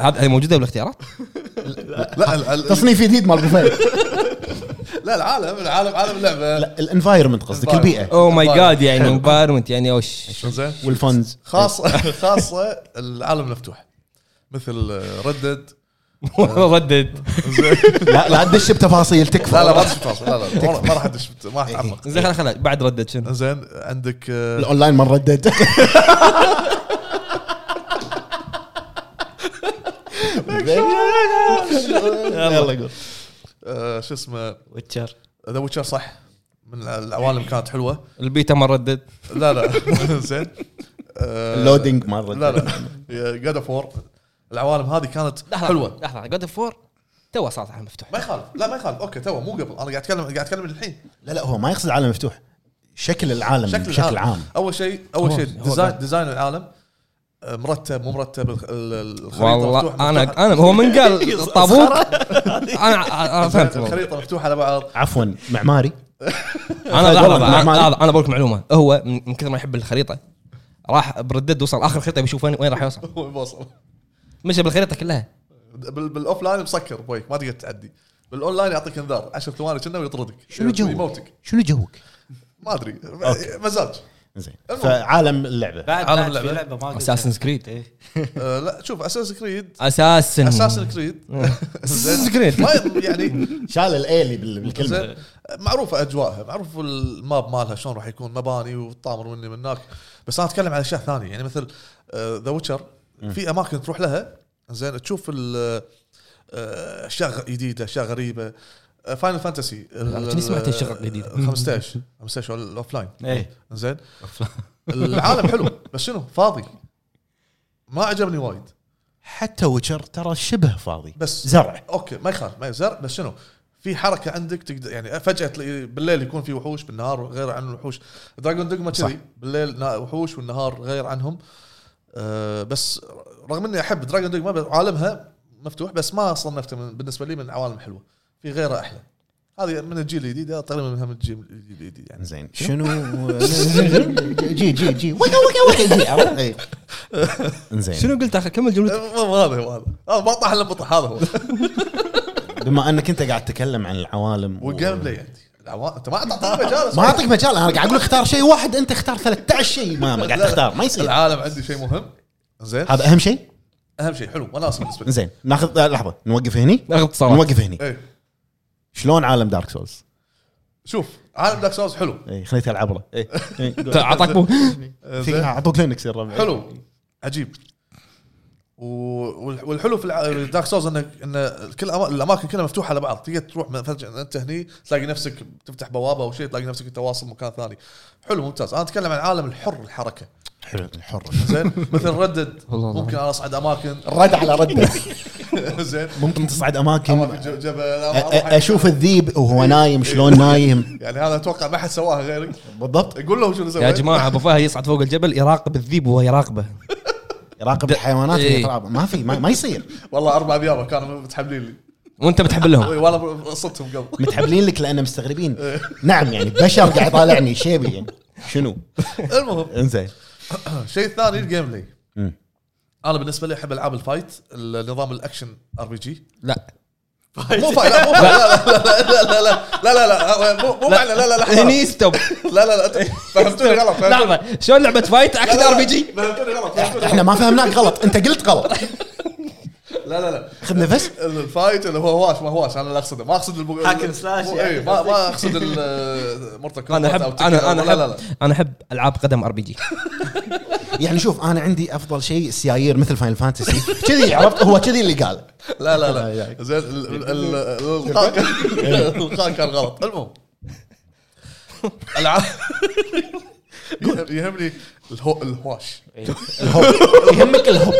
Speaker 2: هذه هي موجوده بالاختيارات
Speaker 3: لا ال- ال-
Speaker 1: تصنيف جديد مال بوفيه
Speaker 3: لا العالم العالم عالم اللعبه
Speaker 1: الانفايرمنت قصدك البيئه
Speaker 2: او ماي جاد يعني انفايرمنت يعني اوش
Speaker 3: زين
Speaker 1: والفندز
Speaker 3: خاصه خاصه العالم المفتوح مثل ردد
Speaker 2: ردد
Speaker 1: لا لا تدش بتفاصيل تكفى
Speaker 3: لا لا ما ادش بتواصل لا لا ما- ما راح ادش بت- ما راح اتعمق
Speaker 2: زين خلا خلا بعد ردد شنو
Speaker 3: زين عندك آه،
Speaker 1: الاونلاين ما ردد يلا قول
Speaker 3: آه، شو اسمه
Speaker 4: ويتشر
Speaker 3: ذا ويتشر صح من العوالم كانت حلوه
Speaker 2: البيتا ما ردد
Speaker 3: لا لا زين آه،
Speaker 1: اللودينج ما ردد
Speaker 3: لا لا جاد اوف وور العوالم هذه كانت حلوه
Speaker 2: لحظه جود اوف 4 تو سطحه مفتوح
Speaker 3: ما يخالف لا ما يخالف اوكي تو مو قبل انا قاعد اتكلم قاعد اتكلم الحين
Speaker 1: لا لا هو ما يقصد عالم مفتوح شكل العالم
Speaker 3: شكل
Speaker 1: بشكل
Speaker 3: العالم.
Speaker 1: عام
Speaker 3: اول شيء اول
Speaker 2: هو-
Speaker 3: شيء
Speaker 2: هو
Speaker 3: ديزاين
Speaker 2: قاعد-
Speaker 3: ديزاين العالم آه، مرتب مو مرتب ال- ال- الخريطه مفتوحة-
Speaker 2: والله
Speaker 3: مفتوحة.
Speaker 2: انا انا هو من قال الطابوت انا انا فهمت والله.
Speaker 3: الخريطه مفتوحه على بعض
Speaker 1: عفوا معماري
Speaker 2: انا لحظه
Speaker 1: والله
Speaker 2: لحظة،
Speaker 1: ما-
Speaker 2: انا لحظة، أنا بقول لكم معلومه هو من من كثر ما يحب الخريطه راح بردد وصل اخر خريطه بيشوف وين وين راح يوصل
Speaker 3: هو بوصل
Speaker 2: مشى بالخريطه كلها
Speaker 3: بال- بالاوف لاين مسكر بويك ما تقدر تعدي بالاونلاين يعطيك انذار 10 ثواني كنا ويطردك
Speaker 1: شنو جوك؟
Speaker 3: يموتك
Speaker 1: شنو جوك؟
Speaker 3: ما ادري مزاج
Speaker 1: زين
Speaker 3: المهم.
Speaker 1: فعالم اللعبه
Speaker 4: بعد
Speaker 3: عالم
Speaker 4: بعد في
Speaker 3: اللعبة.
Speaker 4: لعبه ما قلتها.
Speaker 2: اساسن كريد
Speaker 4: إيه.
Speaker 3: آه، لا شوف اساس كريد
Speaker 2: اساسن
Speaker 3: اساسن كريد
Speaker 2: Assassin's Creed.
Speaker 3: يعني
Speaker 1: شال الايلي بال- بالكلمه
Speaker 3: زين معروفه اجواءها معروف الماب مالها شلون راح يكون مباني وطامر مني من هناك بس انا اتكلم عن اشياء ثانيه يعني مثل ذا ويتشر في اماكن تروح لها زين تشوف ال- آه، اشياء غ- جديده اشياء غريبه فاينل فانتسي
Speaker 2: كني سمعت أشياء
Speaker 3: آه،
Speaker 2: جديدة.
Speaker 3: 15 15 الاوف لاين
Speaker 4: ايه
Speaker 3: زين العالم حلو بس شنو فاضي ما عجبني وايد
Speaker 1: حتى ويتشر ترى شبه فاضي
Speaker 3: بس
Speaker 1: زرع
Speaker 3: اوكي ما يخالف ما يزرع بس شنو في حركه عندك تقدر يعني فجاه تلاقي بالليل يكون في وحوش بالنهار غير عن الوحوش دراجون دوجما كذي بالليل نا- وحوش والنهار غير عنهم أه بس رغم اني احب دراجون دوجما بس عالمها مفتوح بس ما صنفته من بالنسبه لي من عوالم حلوه في غيره احلى هذه من الجيل الجديد تقريبا منها من الجيل الجديد يعني
Speaker 1: زين شنو جي جي جي وقا وقا وقا جي عرفت؟ إيه. زين
Speaker 2: شنو قلت اخر كمل جملتك
Speaker 3: أه، مو هذا هو هذا هذا ما طاح الا بطح هذا هو
Speaker 1: بما انك انت قاعد تتكلم عن العوالم و-
Speaker 3: والجيم بلاي عندي العوا- انت ما تعطيني مجال
Speaker 1: ما اعطيك مجال انا قاعد اقول اختار شيء واحد انت اختار 13 شيء ما ما قاعد تختار ما يصير
Speaker 3: العالم عندي شيء مهم زين
Speaker 1: هذا اهم شيء
Speaker 3: اهم شيء حلو وناس بالنسبه لي
Speaker 1: زين ناخذ آه، لحظه نوقف هني
Speaker 2: اخذ اتصالات
Speaker 1: نوقف هني
Speaker 3: ايه
Speaker 1: شلون عالم إيه، دارك سولز؟
Speaker 3: شوف عالم دارك سولز حلو
Speaker 1: اي خليت العب له اي
Speaker 2: اعطاك بو آه،
Speaker 1: في اعطوك لينكس يا الربع
Speaker 3: حلو عجيب و- وال- والحلو في الع- دارك سولز انه انه كل أما- الاماكن كلها مفتوحه على بعض تقدر تروح من- فجاه انت هني تلاقي نفسك تفتح بوابه او شيء تلاقي نفسك انت واصل مكان ثاني حلو ممتاز انا اتكلم عن العالم الحر الحركه
Speaker 1: حلو الحر
Speaker 3: زين مثل ردد
Speaker 2: والله.
Speaker 3: ممكن انا اصعد اماكن
Speaker 1: الرد على رده
Speaker 3: زين
Speaker 1: ممكن تصعد اماكن
Speaker 3: أروح ج- جبل
Speaker 1: أ-
Speaker 3: أروح-
Speaker 1: أ- اشوف الذيب وهو نايم شلون نايم
Speaker 3: يعني هذا اتوقع ما حد سواها غيرك
Speaker 1: بالضبط
Speaker 3: قول له شنو سويت
Speaker 2: يا جماعه ابو فهد يصعد فوق الجبل يراقب الذيب وهو يراقبه
Speaker 1: يراقب الحيوانات اللي
Speaker 2: إيه.
Speaker 1: يتراقب. ما في ما, ما يصير
Speaker 3: والله اربع ذيابه كانوا متحملين لي
Speaker 2: وانت بتحب لهم
Speaker 3: والله صدتهم قبل
Speaker 1: متحبلين لك لان مستغربين نعم يعني بشر قاعد يطالعني شيبي يعني شنو
Speaker 3: المهم
Speaker 1: انزين
Speaker 3: الشيء الثاني الجيم بلاي انا بالنسبه لي احب العاب الفايت النظام الاكشن ار بي جي
Speaker 2: لا
Speaker 3: مو فايت لا مو فايت لا لا لا لا لا لا لا مو مو معنى لا لا لا لحظة.
Speaker 2: هني نعم، ستوب
Speaker 3: لا لا لا أنت فهمتوني غلط فهمتوني
Speaker 2: لحظه شلون لعبه فايت اكشن
Speaker 3: لا، لا،
Speaker 2: ار بي جي
Speaker 3: فهمتوني غلط فهمتوني
Speaker 1: احنا ما فهمناك غلط انت قلت غلط
Speaker 3: غلط. لا لا لا
Speaker 1: خذ نفس
Speaker 3: الفايت اللي هو هواش ما هواش انا لا اقصده ما اقصد البو...
Speaker 4: Hack and slash
Speaker 3: مو-
Speaker 4: يعني
Speaker 3: إيه، ما ما اقصد المرتكب
Speaker 2: انا احب انا انا
Speaker 3: لا لا لا
Speaker 2: احب انا احب العاب قدم ار بي جي
Speaker 1: يعني شوف انا عندي افضل شيء السيايير مثل فاينل فانتسي كذي عرفت هو كذي اللي قال
Speaker 3: لا لا لا زين ال- ال- ال- القاء كان- القاء كان غلط المهم العاب يهمني الهو- الهواش
Speaker 1: الهوب يهمك الهوب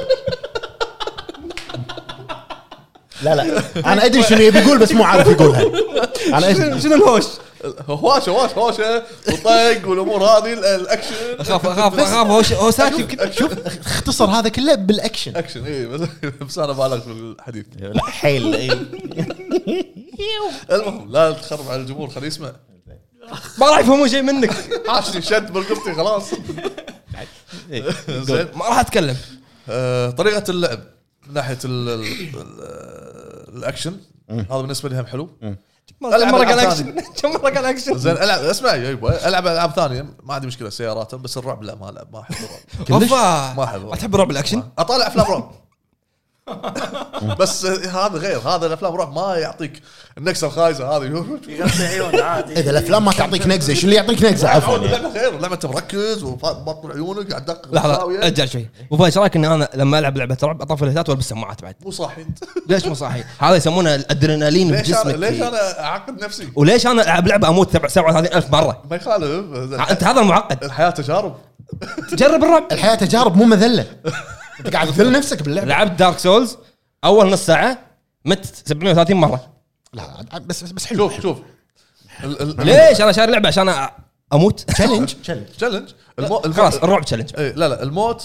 Speaker 1: لا لا انا ادري شنو يبي يقول بس مو عارف يقولها انا
Speaker 2: شنو
Speaker 1: ادري
Speaker 2: شنو الهوش؟
Speaker 3: هواش هواش هواش وطق والامور هذه ال- الاكشن
Speaker 2: اخاف اخاف اخاف هوش هوسات يمكن
Speaker 1: شوف اختصر هذا كله بالاكشن
Speaker 3: اكشن اي إيه، بس بس انا بالغت بالحديث
Speaker 1: لا حيل إي.
Speaker 3: المهم لا تخرب على الجمهور خليه يسمع
Speaker 2: ما راح يفهمون شيء منك
Speaker 3: حاشني شد برقبتي خلاص زين
Speaker 2: ما راح اتكلم
Speaker 3: آه، طريقه اللعب من ناحيه ال- ال- ال- الاكشن هذا بالنسبه لي هم حلو
Speaker 2: كم مره قال
Speaker 3: ألعب
Speaker 2: اكشن كم مره قال اكشن
Speaker 3: زين العب اسمع يا يبا العب العاب ثانيه ما عندي مشكله سيارات بس الرعب لا ما العب ما احب الرعب
Speaker 2: اوفا
Speaker 3: ما أحب.
Speaker 2: ما تحب رعب الاكشن؟
Speaker 3: اطالع افلام رعب بس هذا غير هذا الافلام رعب ما يعطيك النكسه الخايسه هذه
Speaker 4: يغطي عيون عادي
Speaker 1: اذا الافلام ما تعطيك نقزه شو اللي يعطيك نقزه عفوا يعني.
Speaker 3: لعبه غير لعبه انت مركز وبطل عيونك قاعد تدق
Speaker 2: لحظه
Speaker 3: بالزاوية.
Speaker 2: ارجع شوي ابو فهد ايش رايك ان انا لما العب لعبه رعب اطفي الهتات والبس سماعات بعد
Speaker 3: مو صاحي انت
Speaker 2: ليش مو صاحي؟ هذا يسمونه الادرينالين
Speaker 3: ليش انا
Speaker 2: بجسمك
Speaker 3: ليش انا اعقد نفسي
Speaker 2: وليش انا العب لعبه اموت تبع 37000 مره؟
Speaker 3: ما يخالف
Speaker 2: ع- انت هذا المعقد
Speaker 3: الحياه تجارب
Speaker 2: جرب الرعب
Speaker 1: الحياه تجارب مو مذله انت قاعد تذل نفسك باللعب
Speaker 2: لعبت دارك سولز اول نص ساعه مت 730 مره
Speaker 1: لا بس بس حلو
Speaker 3: شوف شوف ال- ال-
Speaker 2: ليش انا شاري لعبه عشان أ- اموت
Speaker 1: تشالنج تشالنج
Speaker 3: تشالنج المو... المو...
Speaker 2: خلاص الرعب تشالنج
Speaker 3: إيه، لا لا الموت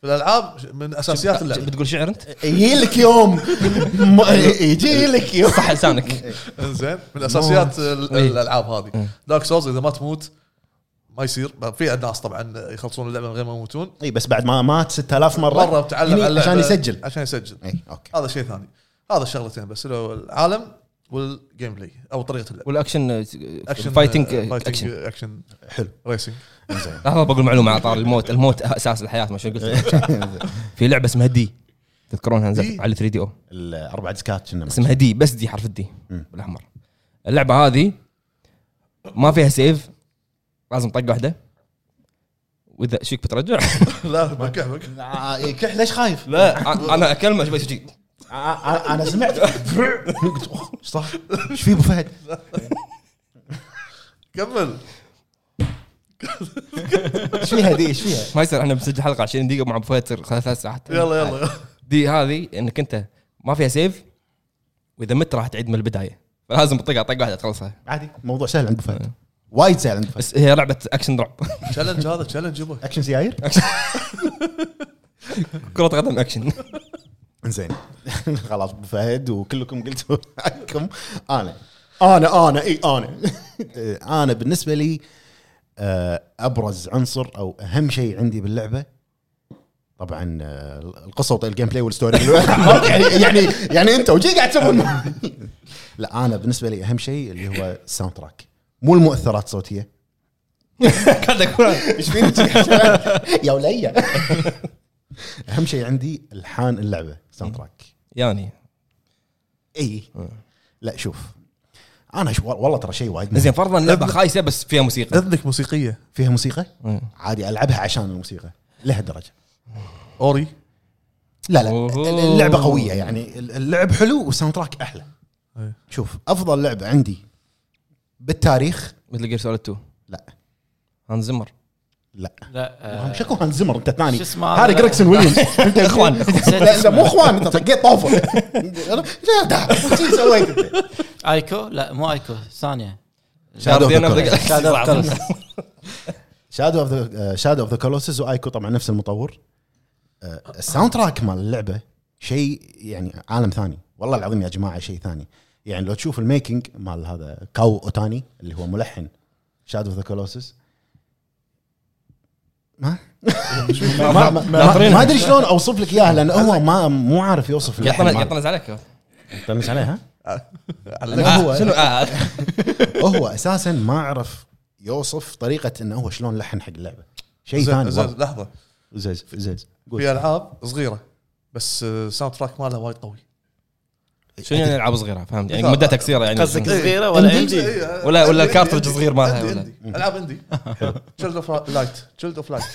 Speaker 3: في الالعاب من اساسيات اللعبه
Speaker 2: بتقول شعر انت؟
Speaker 1: يجي لك يوم م- يجي لك يوم
Speaker 2: إيه، صح لسانك
Speaker 3: زين من اساسيات ال-
Speaker 2: إيه.
Speaker 3: الالعاب هذه دارك سولز اذا ما تموت ما يصير في ناس طبعا يخلصون اللعبه من غير ما يموتون
Speaker 1: اي بس بعد ما مات 6000 مره
Speaker 3: مره تعلم
Speaker 1: يعني
Speaker 3: على اللعبة
Speaker 1: عشان يسجل إيه.
Speaker 3: عشان يسجل
Speaker 1: اي اوكي
Speaker 3: هذا شيء ثاني هذا الشغلتين بس اللي هو العالم والجيم بلاي او طريقه اللعب آه،
Speaker 2: والاكشن آه، فايتنج
Speaker 3: اكشن
Speaker 2: اكشن
Speaker 3: اكشن
Speaker 1: حلو
Speaker 3: ريسنج
Speaker 2: لحظه بقول معلومه على طار الموت الموت اساس الحياه ما شو
Speaker 1: إيه.
Speaker 2: قلت في لعبه اسمها دي تذكرونها نزلت
Speaker 3: دي؟
Speaker 2: على 3 دي او
Speaker 1: الاربع ديسكات كنا
Speaker 2: اسمها دي بس دي حرف الدي بالاحمر اللعبه هذه ما فيها سيف لازم طقه واحده واذا شيك بترجع
Speaker 3: لا بكحبك
Speaker 1: آه، إي، كح ليش خايف؟
Speaker 2: لا انا اكلمه شوي شي.
Speaker 1: آه، انا سمعت قلت أوه، إيش صح ايش في ابو فهد؟
Speaker 3: كمل
Speaker 1: ايش فيها دي ايش فيها؟
Speaker 2: ما يصير احنا بنسجل حلقه 20 دقيقه مع ابو فهد تصير ثلاث ثلاث ساعات
Speaker 3: يلا يلا
Speaker 2: دي هذه انك انت ما فيها سيف واذا مت راح تعيد من البدايه فلازم تطقها طقه واحده تخلصها
Speaker 1: عادي موضوع سهل عند ابو فهد وايد سهل عند ابو فهد
Speaker 2: بس هي لعبه اكشن رعب
Speaker 3: تشالنج هذا تشالنج يبا
Speaker 1: اكشن سيايير؟
Speaker 2: كره قدم اكشن
Speaker 1: زين خلاص ابو فهد وكلكم قلتوا حقكم انا انا انا اي انا انا بالنسبه لي آه، ابرز عنصر او اهم شيء عندي باللعبه طبعا آه، القصه والجيم بلاي والستوري يعني يعني يعني انت وجي قاعد تسوون لا انا بالنسبه لي اهم شيء اللي هو الساوند تراك مو المؤثرات الصوتيه
Speaker 2: كان أقول-
Speaker 1: ايش فيني يا وليه اهم شيء عندي الحان اللعبه ساوند تراك
Speaker 2: يعني
Speaker 1: اي
Speaker 2: إيه.
Speaker 1: لا شوف انا شو والله ترى شيء وايد مهم.
Speaker 2: زين فرضا لعبه خايسه بس فيها موسيقى
Speaker 3: اذنك موسيقيه
Speaker 1: فيها موسيقى
Speaker 2: مم.
Speaker 1: عادي العبها عشان الموسيقى لها درجه
Speaker 3: اوري
Speaker 1: لا لا
Speaker 2: أوهو.
Speaker 1: اللعبه قويه يعني اللعب حلو والساوند تراك احلى
Speaker 3: أي.
Speaker 2: إيه.
Speaker 1: شوف افضل لعبه عندي بالتاريخ
Speaker 2: مثل جير سوليد 2
Speaker 1: لا
Speaker 2: هانز زمر
Speaker 1: لا
Speaker 4: لا آه،
Speaker 1: شكو هانز زمر انت ثاني
Speaker 4: شو اسمه هذا؟
Speaker 1: هاري جريكسون ويليامز انت
Speaker 2: إخوان.
Speaker 1: لا لا، مو اخوان انت طقيت طوفه لا دا شو سويت انت
Speaker 4: ايكو لا مو ايكو ثانيه
Speaker 1: شادو
Speaker 2: Guardian of the
Speaker 1: اوف
Speaker 2: Galaxy.
Speaker 4: شادو كلس.
Speaker 1: شادو اوف ذا شادو اوف ذا كولوسس وايكو طبعا نفس المطور آه، الساوند تراك مال اللعبه شيء يعني عالم ثاني والله العظيم يا جماعه شيء ثاني يعني لو تشوف الميكنج مال هذا كاو اوتاني اللي هو ملحن شادو اوف ذا كولوسس ما
Speaker 2: ما-
Speaker 1: ما-
Speaker 2: ناطرين.
Speaker 1: ما ادري شلون اوصف لك اياها لان هو ما مو عارف يوصف اللحن
Speaker 2: يطنز
Speaker 1: ماله.
Speaker 2: يطنز عليك
Speaker 1: يطنش عليها
Speaker 3: على-
Speaker 1: لا، هو-
Speaker 2: آه، شنو آه.
Speaker 1: هو اساسا ما عرف يوصف طريقه انه هو شلون لحن حق اللعبه شيء
Speaker 3: زين
Speaker 1: ثاني
Speaker 3: زين
Speaker 1: والله.
Speaker 3: لحظه
Speaker 1: زز زز قول.
Speaker 3: في العاب صغيره بس آه، ساوند تراك مالها وايد قوي
Speaker 2: شنو يعني العاب صغيره فهمت يعني
Speaker 3: مثال.
Speaker 2: مدتها قصيره يعني
Speaker 4: قصدك
Speaker 3: إيه.
Speaker 4: صغيره ولا
Speaker 1: عندي-
Speaker 4: عندي
Speaker 3: إيه، آه،
Speaker 2: ولا- ولا
Speaker 3: عندي-
Speaker 2: الكارترج
Speaker 3: عندي-
Speaker 2: صغير مالها
Speaker 3: عندي
Speaker 2: ولا؟
Speaker 3: عندي. العاب عندي تشيلد اوف لايت تشيلد اوف لايت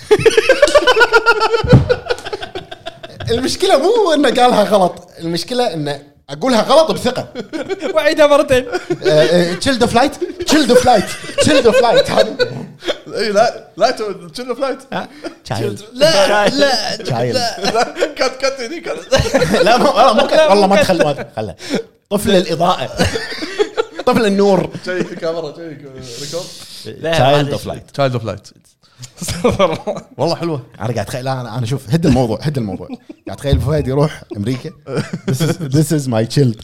Speaker 1: المشكله مو انه قالها غلط المشكله انه اقولها غلط آه، بثقه
Speaker 2: وعيدها مرتين
Speaker 1: تشيلد اوف لايت تشيلد اوف لايت تشيلد اوف لايت هذا
Speaker 3: اي لا لا تشيلد اوف لايت
Speaker 1: لا لا لا
Speaker 3: كانت كانت هني كانت
Speaker 1: لا مو والله مو كده. والله ما تخلى ما تخلى طفل الاضاءه طفل النور
Speaker 3: جاي الكاميرا جاي ريكورد
Speaker 4: معليش.
Speaker 1: تشايلد اوف لايت
Speaker 3: تشايلد اوف لايت والله حلوه
Speaker 1: انا قاعد اتخيل لا، انا انا شوف هد الموضوع هد الموضوع قاعد اتخيل فهد يروح امريكا ذيس از ماي تشيلد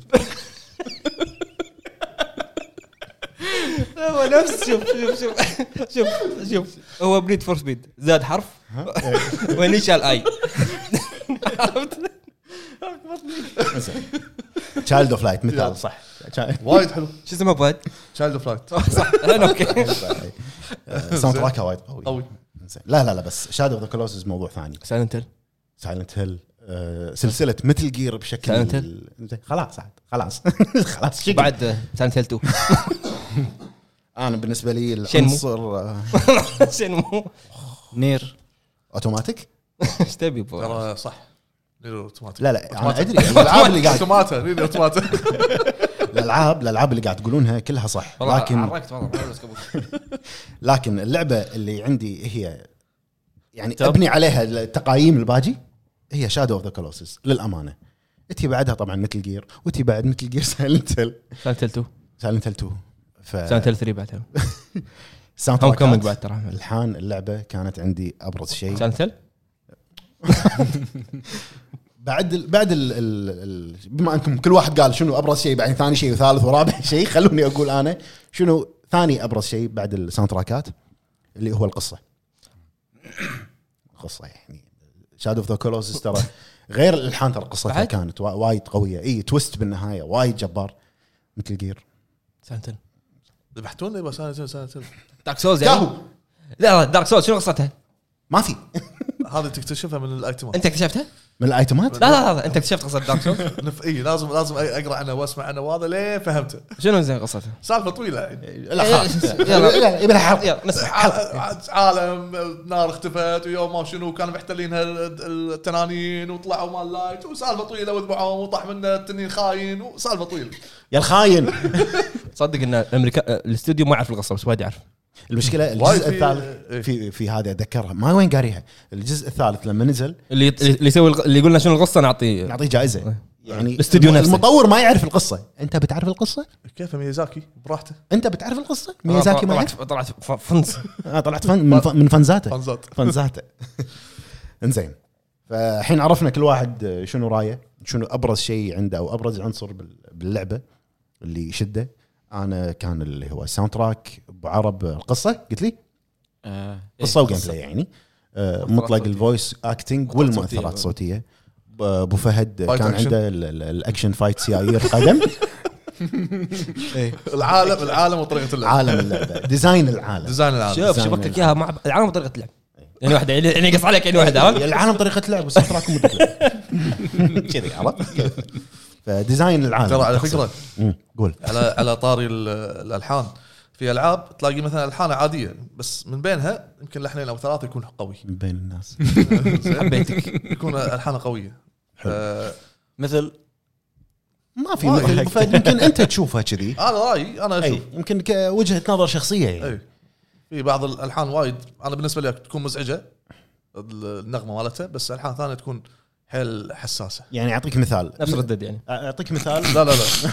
Speaker 2: هو نفس شوف شوف شوف شوف شوف هو بنيد فور سبيد زاد حرف وهني شال اي عرفت؟
Speaker 1: تشايلد اوف لايت مثال صح
Speaker 3: وايد حلو
Speaker 2: شو اسمه فهد؟
Speaker 3: تشايلد اوف لايت
Speaker 2: صح انا اوكي
Speaker 1: ساوند تراكها وايد قوي
Speaker 3: قوي
Speaker 1: زين. لا لا لا بس شادو اوف ذا كلوسز موضوع ثاني
Speaker 2: سايلنت
Speaker 1: سايلنت هيل سلسله مثل جير بشكل
Speaker 2: Silent Hill.
Speaker 1: زين، خلاص عاد خلاص خلاص شكل
Speaker 2: بعد سايلنت هيل 2
Speaker 1: انا بالنسبه لي
Speaker 2: شنمو.
Speaker 1: العنصر آه،
Speaker 2: شنو مو
Speaker 4: نير
Speaker 1: اوتوماتيك
Speaker 2: ايش تبي بو؟
Speaker 3: ترى صح نير اوتوماتا
Speaker 1: لا لا انا ادري يعني الالعاب اللي قاعد
Speaker 3: اوتوماتا نير اوتوماتا
Speaker 1: الالعاب الالعاب اللي قاعد تقولونها كلها صح
Speaker 2: والله
Speaker 1: لكن
Speaker 2: عرقت والله ما ألبس كابوس.
Speaker 1: لكن اللعبه اللي عندي هي يعني
Speaker 4: طب.
Speaker 1: ابني عليها التقايم الباجي هي شادو اوف ذا كولوسس للامانه اتي بعدها طبعا مثل جير وتي بعد مثل جير سايلنت هيل
Speaker 2: سايلنت هيل 2
Speaker 1: سايلنت هيل 2 ف
Speaker 2: سايلنت هيل 3 بعدها
Speaker 1: ساوند
Speaker 2: هوم كومينج
Speaker 1: تراكات.
Speaker 2: بعد ترى أحمد.
Speaker 1: الحان اللعبه كانت عندي ابرز شيء
Speaker 2: سايلنت هيل
Speaker 1: بعد ال بعد ال ال ال بما انكم كل واحد قال شنو ابرز شيء بعدين ثاني شيء وثالث ورابع شيء خلوني اقول انا شنو ثاني ابرز شيء بعد الساوند تراكات اللي هو القصه. القصه يعني شادو اوف ذا كولوسس ترى غير الالحان ترى قصتها
Speaker 2: بعد؟
Speaker 1: كانت وا- وايد قويه اي تويست بالنهايه وايد جبار مثل جير
Speaker 2: سايلنت هيل
Speaker 3: ذبحتونا يبا سنه سنه سنه
Speaker 2: دارك سولز يعني
Speaker 1: ياهو
Speaker 2: لا لا دارك سولز شنو قصتها؟
Speaker 1: ما في
Speaker 3: هذه تكتشفها من الايتمات
Speaker 2: انت اكتشفتها؟
Speaker 1: من الايتمات
Speaker 2: لا لا لا انت اكتشفت قصه دارك سولز
Speaker 3: نف- اي لازم لازم اقرا عنها واسمع عنها وهذا ليه فهمته
Speaker 2: شنو زين قصتها؟
Speaker 3: سالفه طويله يعني
Speaker 1: لا خلاص
Speaker 2: يلا.
Speaker 1: يلا يبي لها حرق
Speaker 2: يلا نسمع
Speaker 3: ع- ع- عالم نار اختفت ويوم ما شنو كانوا محتلينها ال- التنانين وطلعوا مال لايت وسالفه طويله وذبحوهم وطاح منه التنين خاين وسالفه طويله
Speaker 1: يا الخاين
Speaker 2: تصدق ان امريكا الاستوديو ما يعرف القصه بس وايد يعرف
Speaker 1: المشكله
Speaker 3: وايد
Speaker 1: الجزء
Speaker 3: في-
Speaker 1: الثالث
Speaker 3: إيه.
Speaker 1: في في هذا اتذكرها ما وين قاريها الجزء الثالث لما نزل
Speaker 2: اللي اللي يسوي الق- اللي يقول لنا شنو القصه نعطيه
Speaker 1: نعطيه جائزه يعني
Speaker 2: إيه. الاستوديو نفسه.
Speaker 1: المطور ما يعرف القصه انت بتعرف القصه
Speaker 3: كيف ميازاكي براحته
Speaker 1: انت بتعرف القصه ميازاكي ما
Speaker 2: طلعت
Speaker 1: يعرف
Speaker 2: طلعت ف- فنز
Speaker 1: آه، طلعت فن من, فن من فنزاته
Speaker 3: فانزات
Speaker 1: فنزاته انزين فالحين عرفنا كل واحد شنو رايه شنو ابرز شيء عنده او ابرز عنصر بال- باللعبه اللي يشده انا كان اللي هو الساوند تراك بعرب القصه قلت لي
Speaker 2: آه،
Speaker 1: قصه وجيم بلاي يعني آه، مطلق
Speaker 2: إيه، صوتية.
Speaker 1: الفويس اكتنج
Speaker 2: مؤثرات
Speaker 1: والمؤثرات
Speaker 2: صوتية.
Speaker 1: الصوتيه ب- ابو فهد
Speaker 3: فايت
Speaker 1: كان
Speaker 3: أكشن.
Speaker 1: عنده ال- ال- الاكشن فايت سيايير قدم
Speaker 3: العالم العالم وطريقه اللعب
Speaker 1: عالم اللعبه ديزاين العالم
Speaker 3: ديزاين العالم
Speaker 2: شوف شبك لك اياها مع العالم طريقه لعب يعني واحده يعني- يعني يقص عليك يعني واحده عرفت؟
Speaker 1: العالم طريقه لعب والساوند تراك مدة لعب. كذي عرفت فديزاين العالم
Speaker 3: ترى على
Speaker 1: تقصد.
Speaker 3: فكره
Speaker 1: مم، قول
Speaker 3: على على طاري ال- الالحان في العاب تلاقي مثلا الحان عاديه بس من بينها يمكن لحنين او ثلاثه يكون قوي
Speaker 1: من بين الناس
Speaker 2: حبيتك
Speaker 3: يكون الحانه قويه
Speaker 1: حلو.
Speaker 3: آه
Speaker 4: مثل
Speaker 1: ما في
Speaker 3: وايد.
Speaker 1: مثل أبو فهد يمكن انت تشوفها كذي
Speaker 3: انا رايي انا اشوف
Speaker 1: اي يمكن كوجهه نظر شخصيه يعني
Speaker 3: اي في بعض الالحان وايد انا بالنسبه لي تكون مزعجه النغمه مالتها بس الحان ثانيه تكون حيل حساسه
Speaker 1: يعني اعطيك مثال
Speaker 2: نفس ردد يعني
Speaker 1: اعطيك مثال
Speaker 3: لا لا لا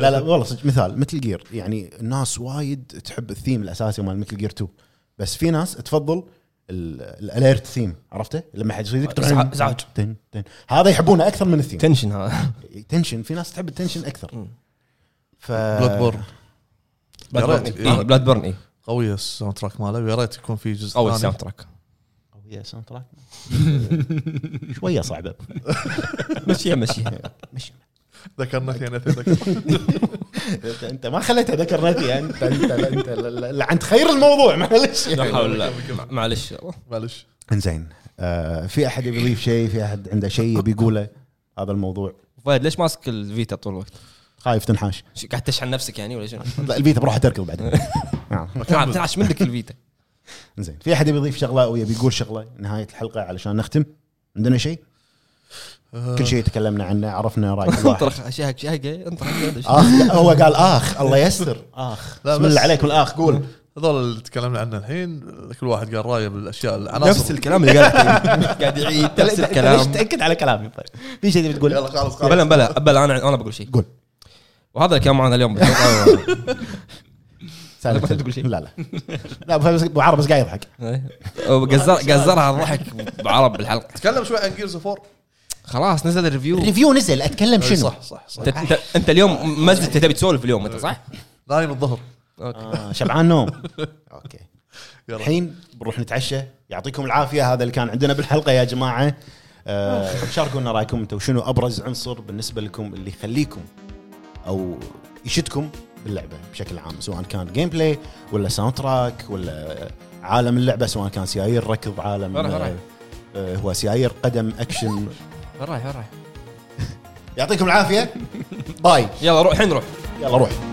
Speaker 1: لا لا والله صدق مثال مثل جير يعني الناس وايد تحب الثيم الاساسي مال مثل جير 2 بس في ناس تفضل الاليرت ثيم عرفته لما حد يصيدك
Speaker 2: إزعاج- إزعاج.
Speaker 1: تن- تن. هذا يحبونه اكثر من الثيم
Speaker 2: تنشن هذا
Speaker 1: تنشن في ناس تحب التنشن اكثر
Speaker 2: مم.
Speaker 1: ف
Speaker 3: بلاد بورن
Speaker 2: بلاد
Speaker 3: يا ريت.
Speaker 1: إيه.
Speaker 2: بيرن بلاد بيرن اي
Speaker 3: قوي الساوند تراك ماله ويا ريت يكون في جزء
Speaker 2: اول
Speaker 3: ثاني
Speaker 2: ساوند إيه. تراك
Speaker 4: Oh,
Speaker 5: يا ساوند تراك شويه صعبه
Speaker 2: مشيها مشيها
Speaker 3: ذكرنا فينا ذكرنا
Speaker 5: انت انت ما خليتها ذكر نتي انت
Speaker 1: انت انت انت لعنت خير الموضوع معلش
Speaker 2: لا حول الله معلش
Speaker 3: معلش
Speaker 1: انزين آه، في احد يبي يضيف شيء في احد عنده شيء يبي يقوله هذا الموضوع
Speaker 2: فهد ليش ماسك الفيتا طول الوقت؟
Speaker 1: خايف تنحاش
Speaker 2: ش- قاعد تشحن نفسك يعني ولا شنو؟
Speaker 1: لا البيت بروح تركض بعدين نعم.
Speaker 2: قاعد تنعش منك الفيتا
Speaker 1: انزين في احد يبي يضيف شغله او يبي يقول شغله نهايه الحلقه علشان نختم عندنا شيء
Speaker 2: آه.
Speaker 1: كل شيء تكلمنا عنه عرفنا راي كل واحد
Speaker 2: انطرخ شهق شهقه إيه، انطرخ
Speaker 1: اخ لا، هو قال اخ الله يستر
Speaker 4: آه.
Speaker 1: اخ
Speaker 3: لا،
Speaker 1: بسم
Speaker 3: بس-
Speaker 1: الله عليك والاخ قول
Speaker 3: هذول اللي تكلمنا عنه الحين كل واحد قال رايه بالاشياء العناصر
Speaker 2: نفس الكلام اللي قاعد قاعد يعيد نفس
Speaker 5: ليش
Speaker 2: الكلام
Speaker 5: تاكد على كلامي طيب في شيء تبي تقول
Speaker 3: يلا خلاص خلاص
Speaker 2: بلا بلا بلا انا انا بقول شيء
Speaker 1: قول.
Speaker 2: وهذا اللي كان معنا اليوم
Speaker 1: سالفة-
Speaker 2: ما حد يقول شيء.
Speaker 1: لا لا لا أبو فهد بس- ابو عرب بس قاعد يضحك
Speaker 2: قزر قزرها الضحك بعرب بالحلقه
Speaker 3: تكلم شوي عن جيرز فور
Speaker 2: خلاص نزل الريفيو
Speaker 1: ريفيو نزل اتكلم شنو
Speaker 3: صح صح صح
Speaker 2: انت أنت- انت اليوم مزت تبي تسولف اليوم انت صح؟
Speaker 3: نايم الظهر
Speaker 1: آه، شبعان نوم اوكي
Speaker 3: يلا
Speaker 1: الحين بنروح نتعشى يعطيكم العافيه هذا اللي كان عندنا بالحلقه يا جماعه آه، شاركونا رايكم انتم شنو ابرز عنصر بالنسبه لكم اللي يخليكم او يشدكم باللعبه بشكل عام سواء كان جيم بلاي ولا ساوند تراك ولا عالم اللعبه سواء كان سيايير ركض عالم
Speaker 2: راح، راح.
Speaker 1: آه، آه، هو سيايير قدم اكشن
Speaker 2: وين رايح وين رايح؟
Speaker 1: يعطيكم العافيه باي
Speaker 2: يلا روح الحين روح
Speaker 1: يلا روح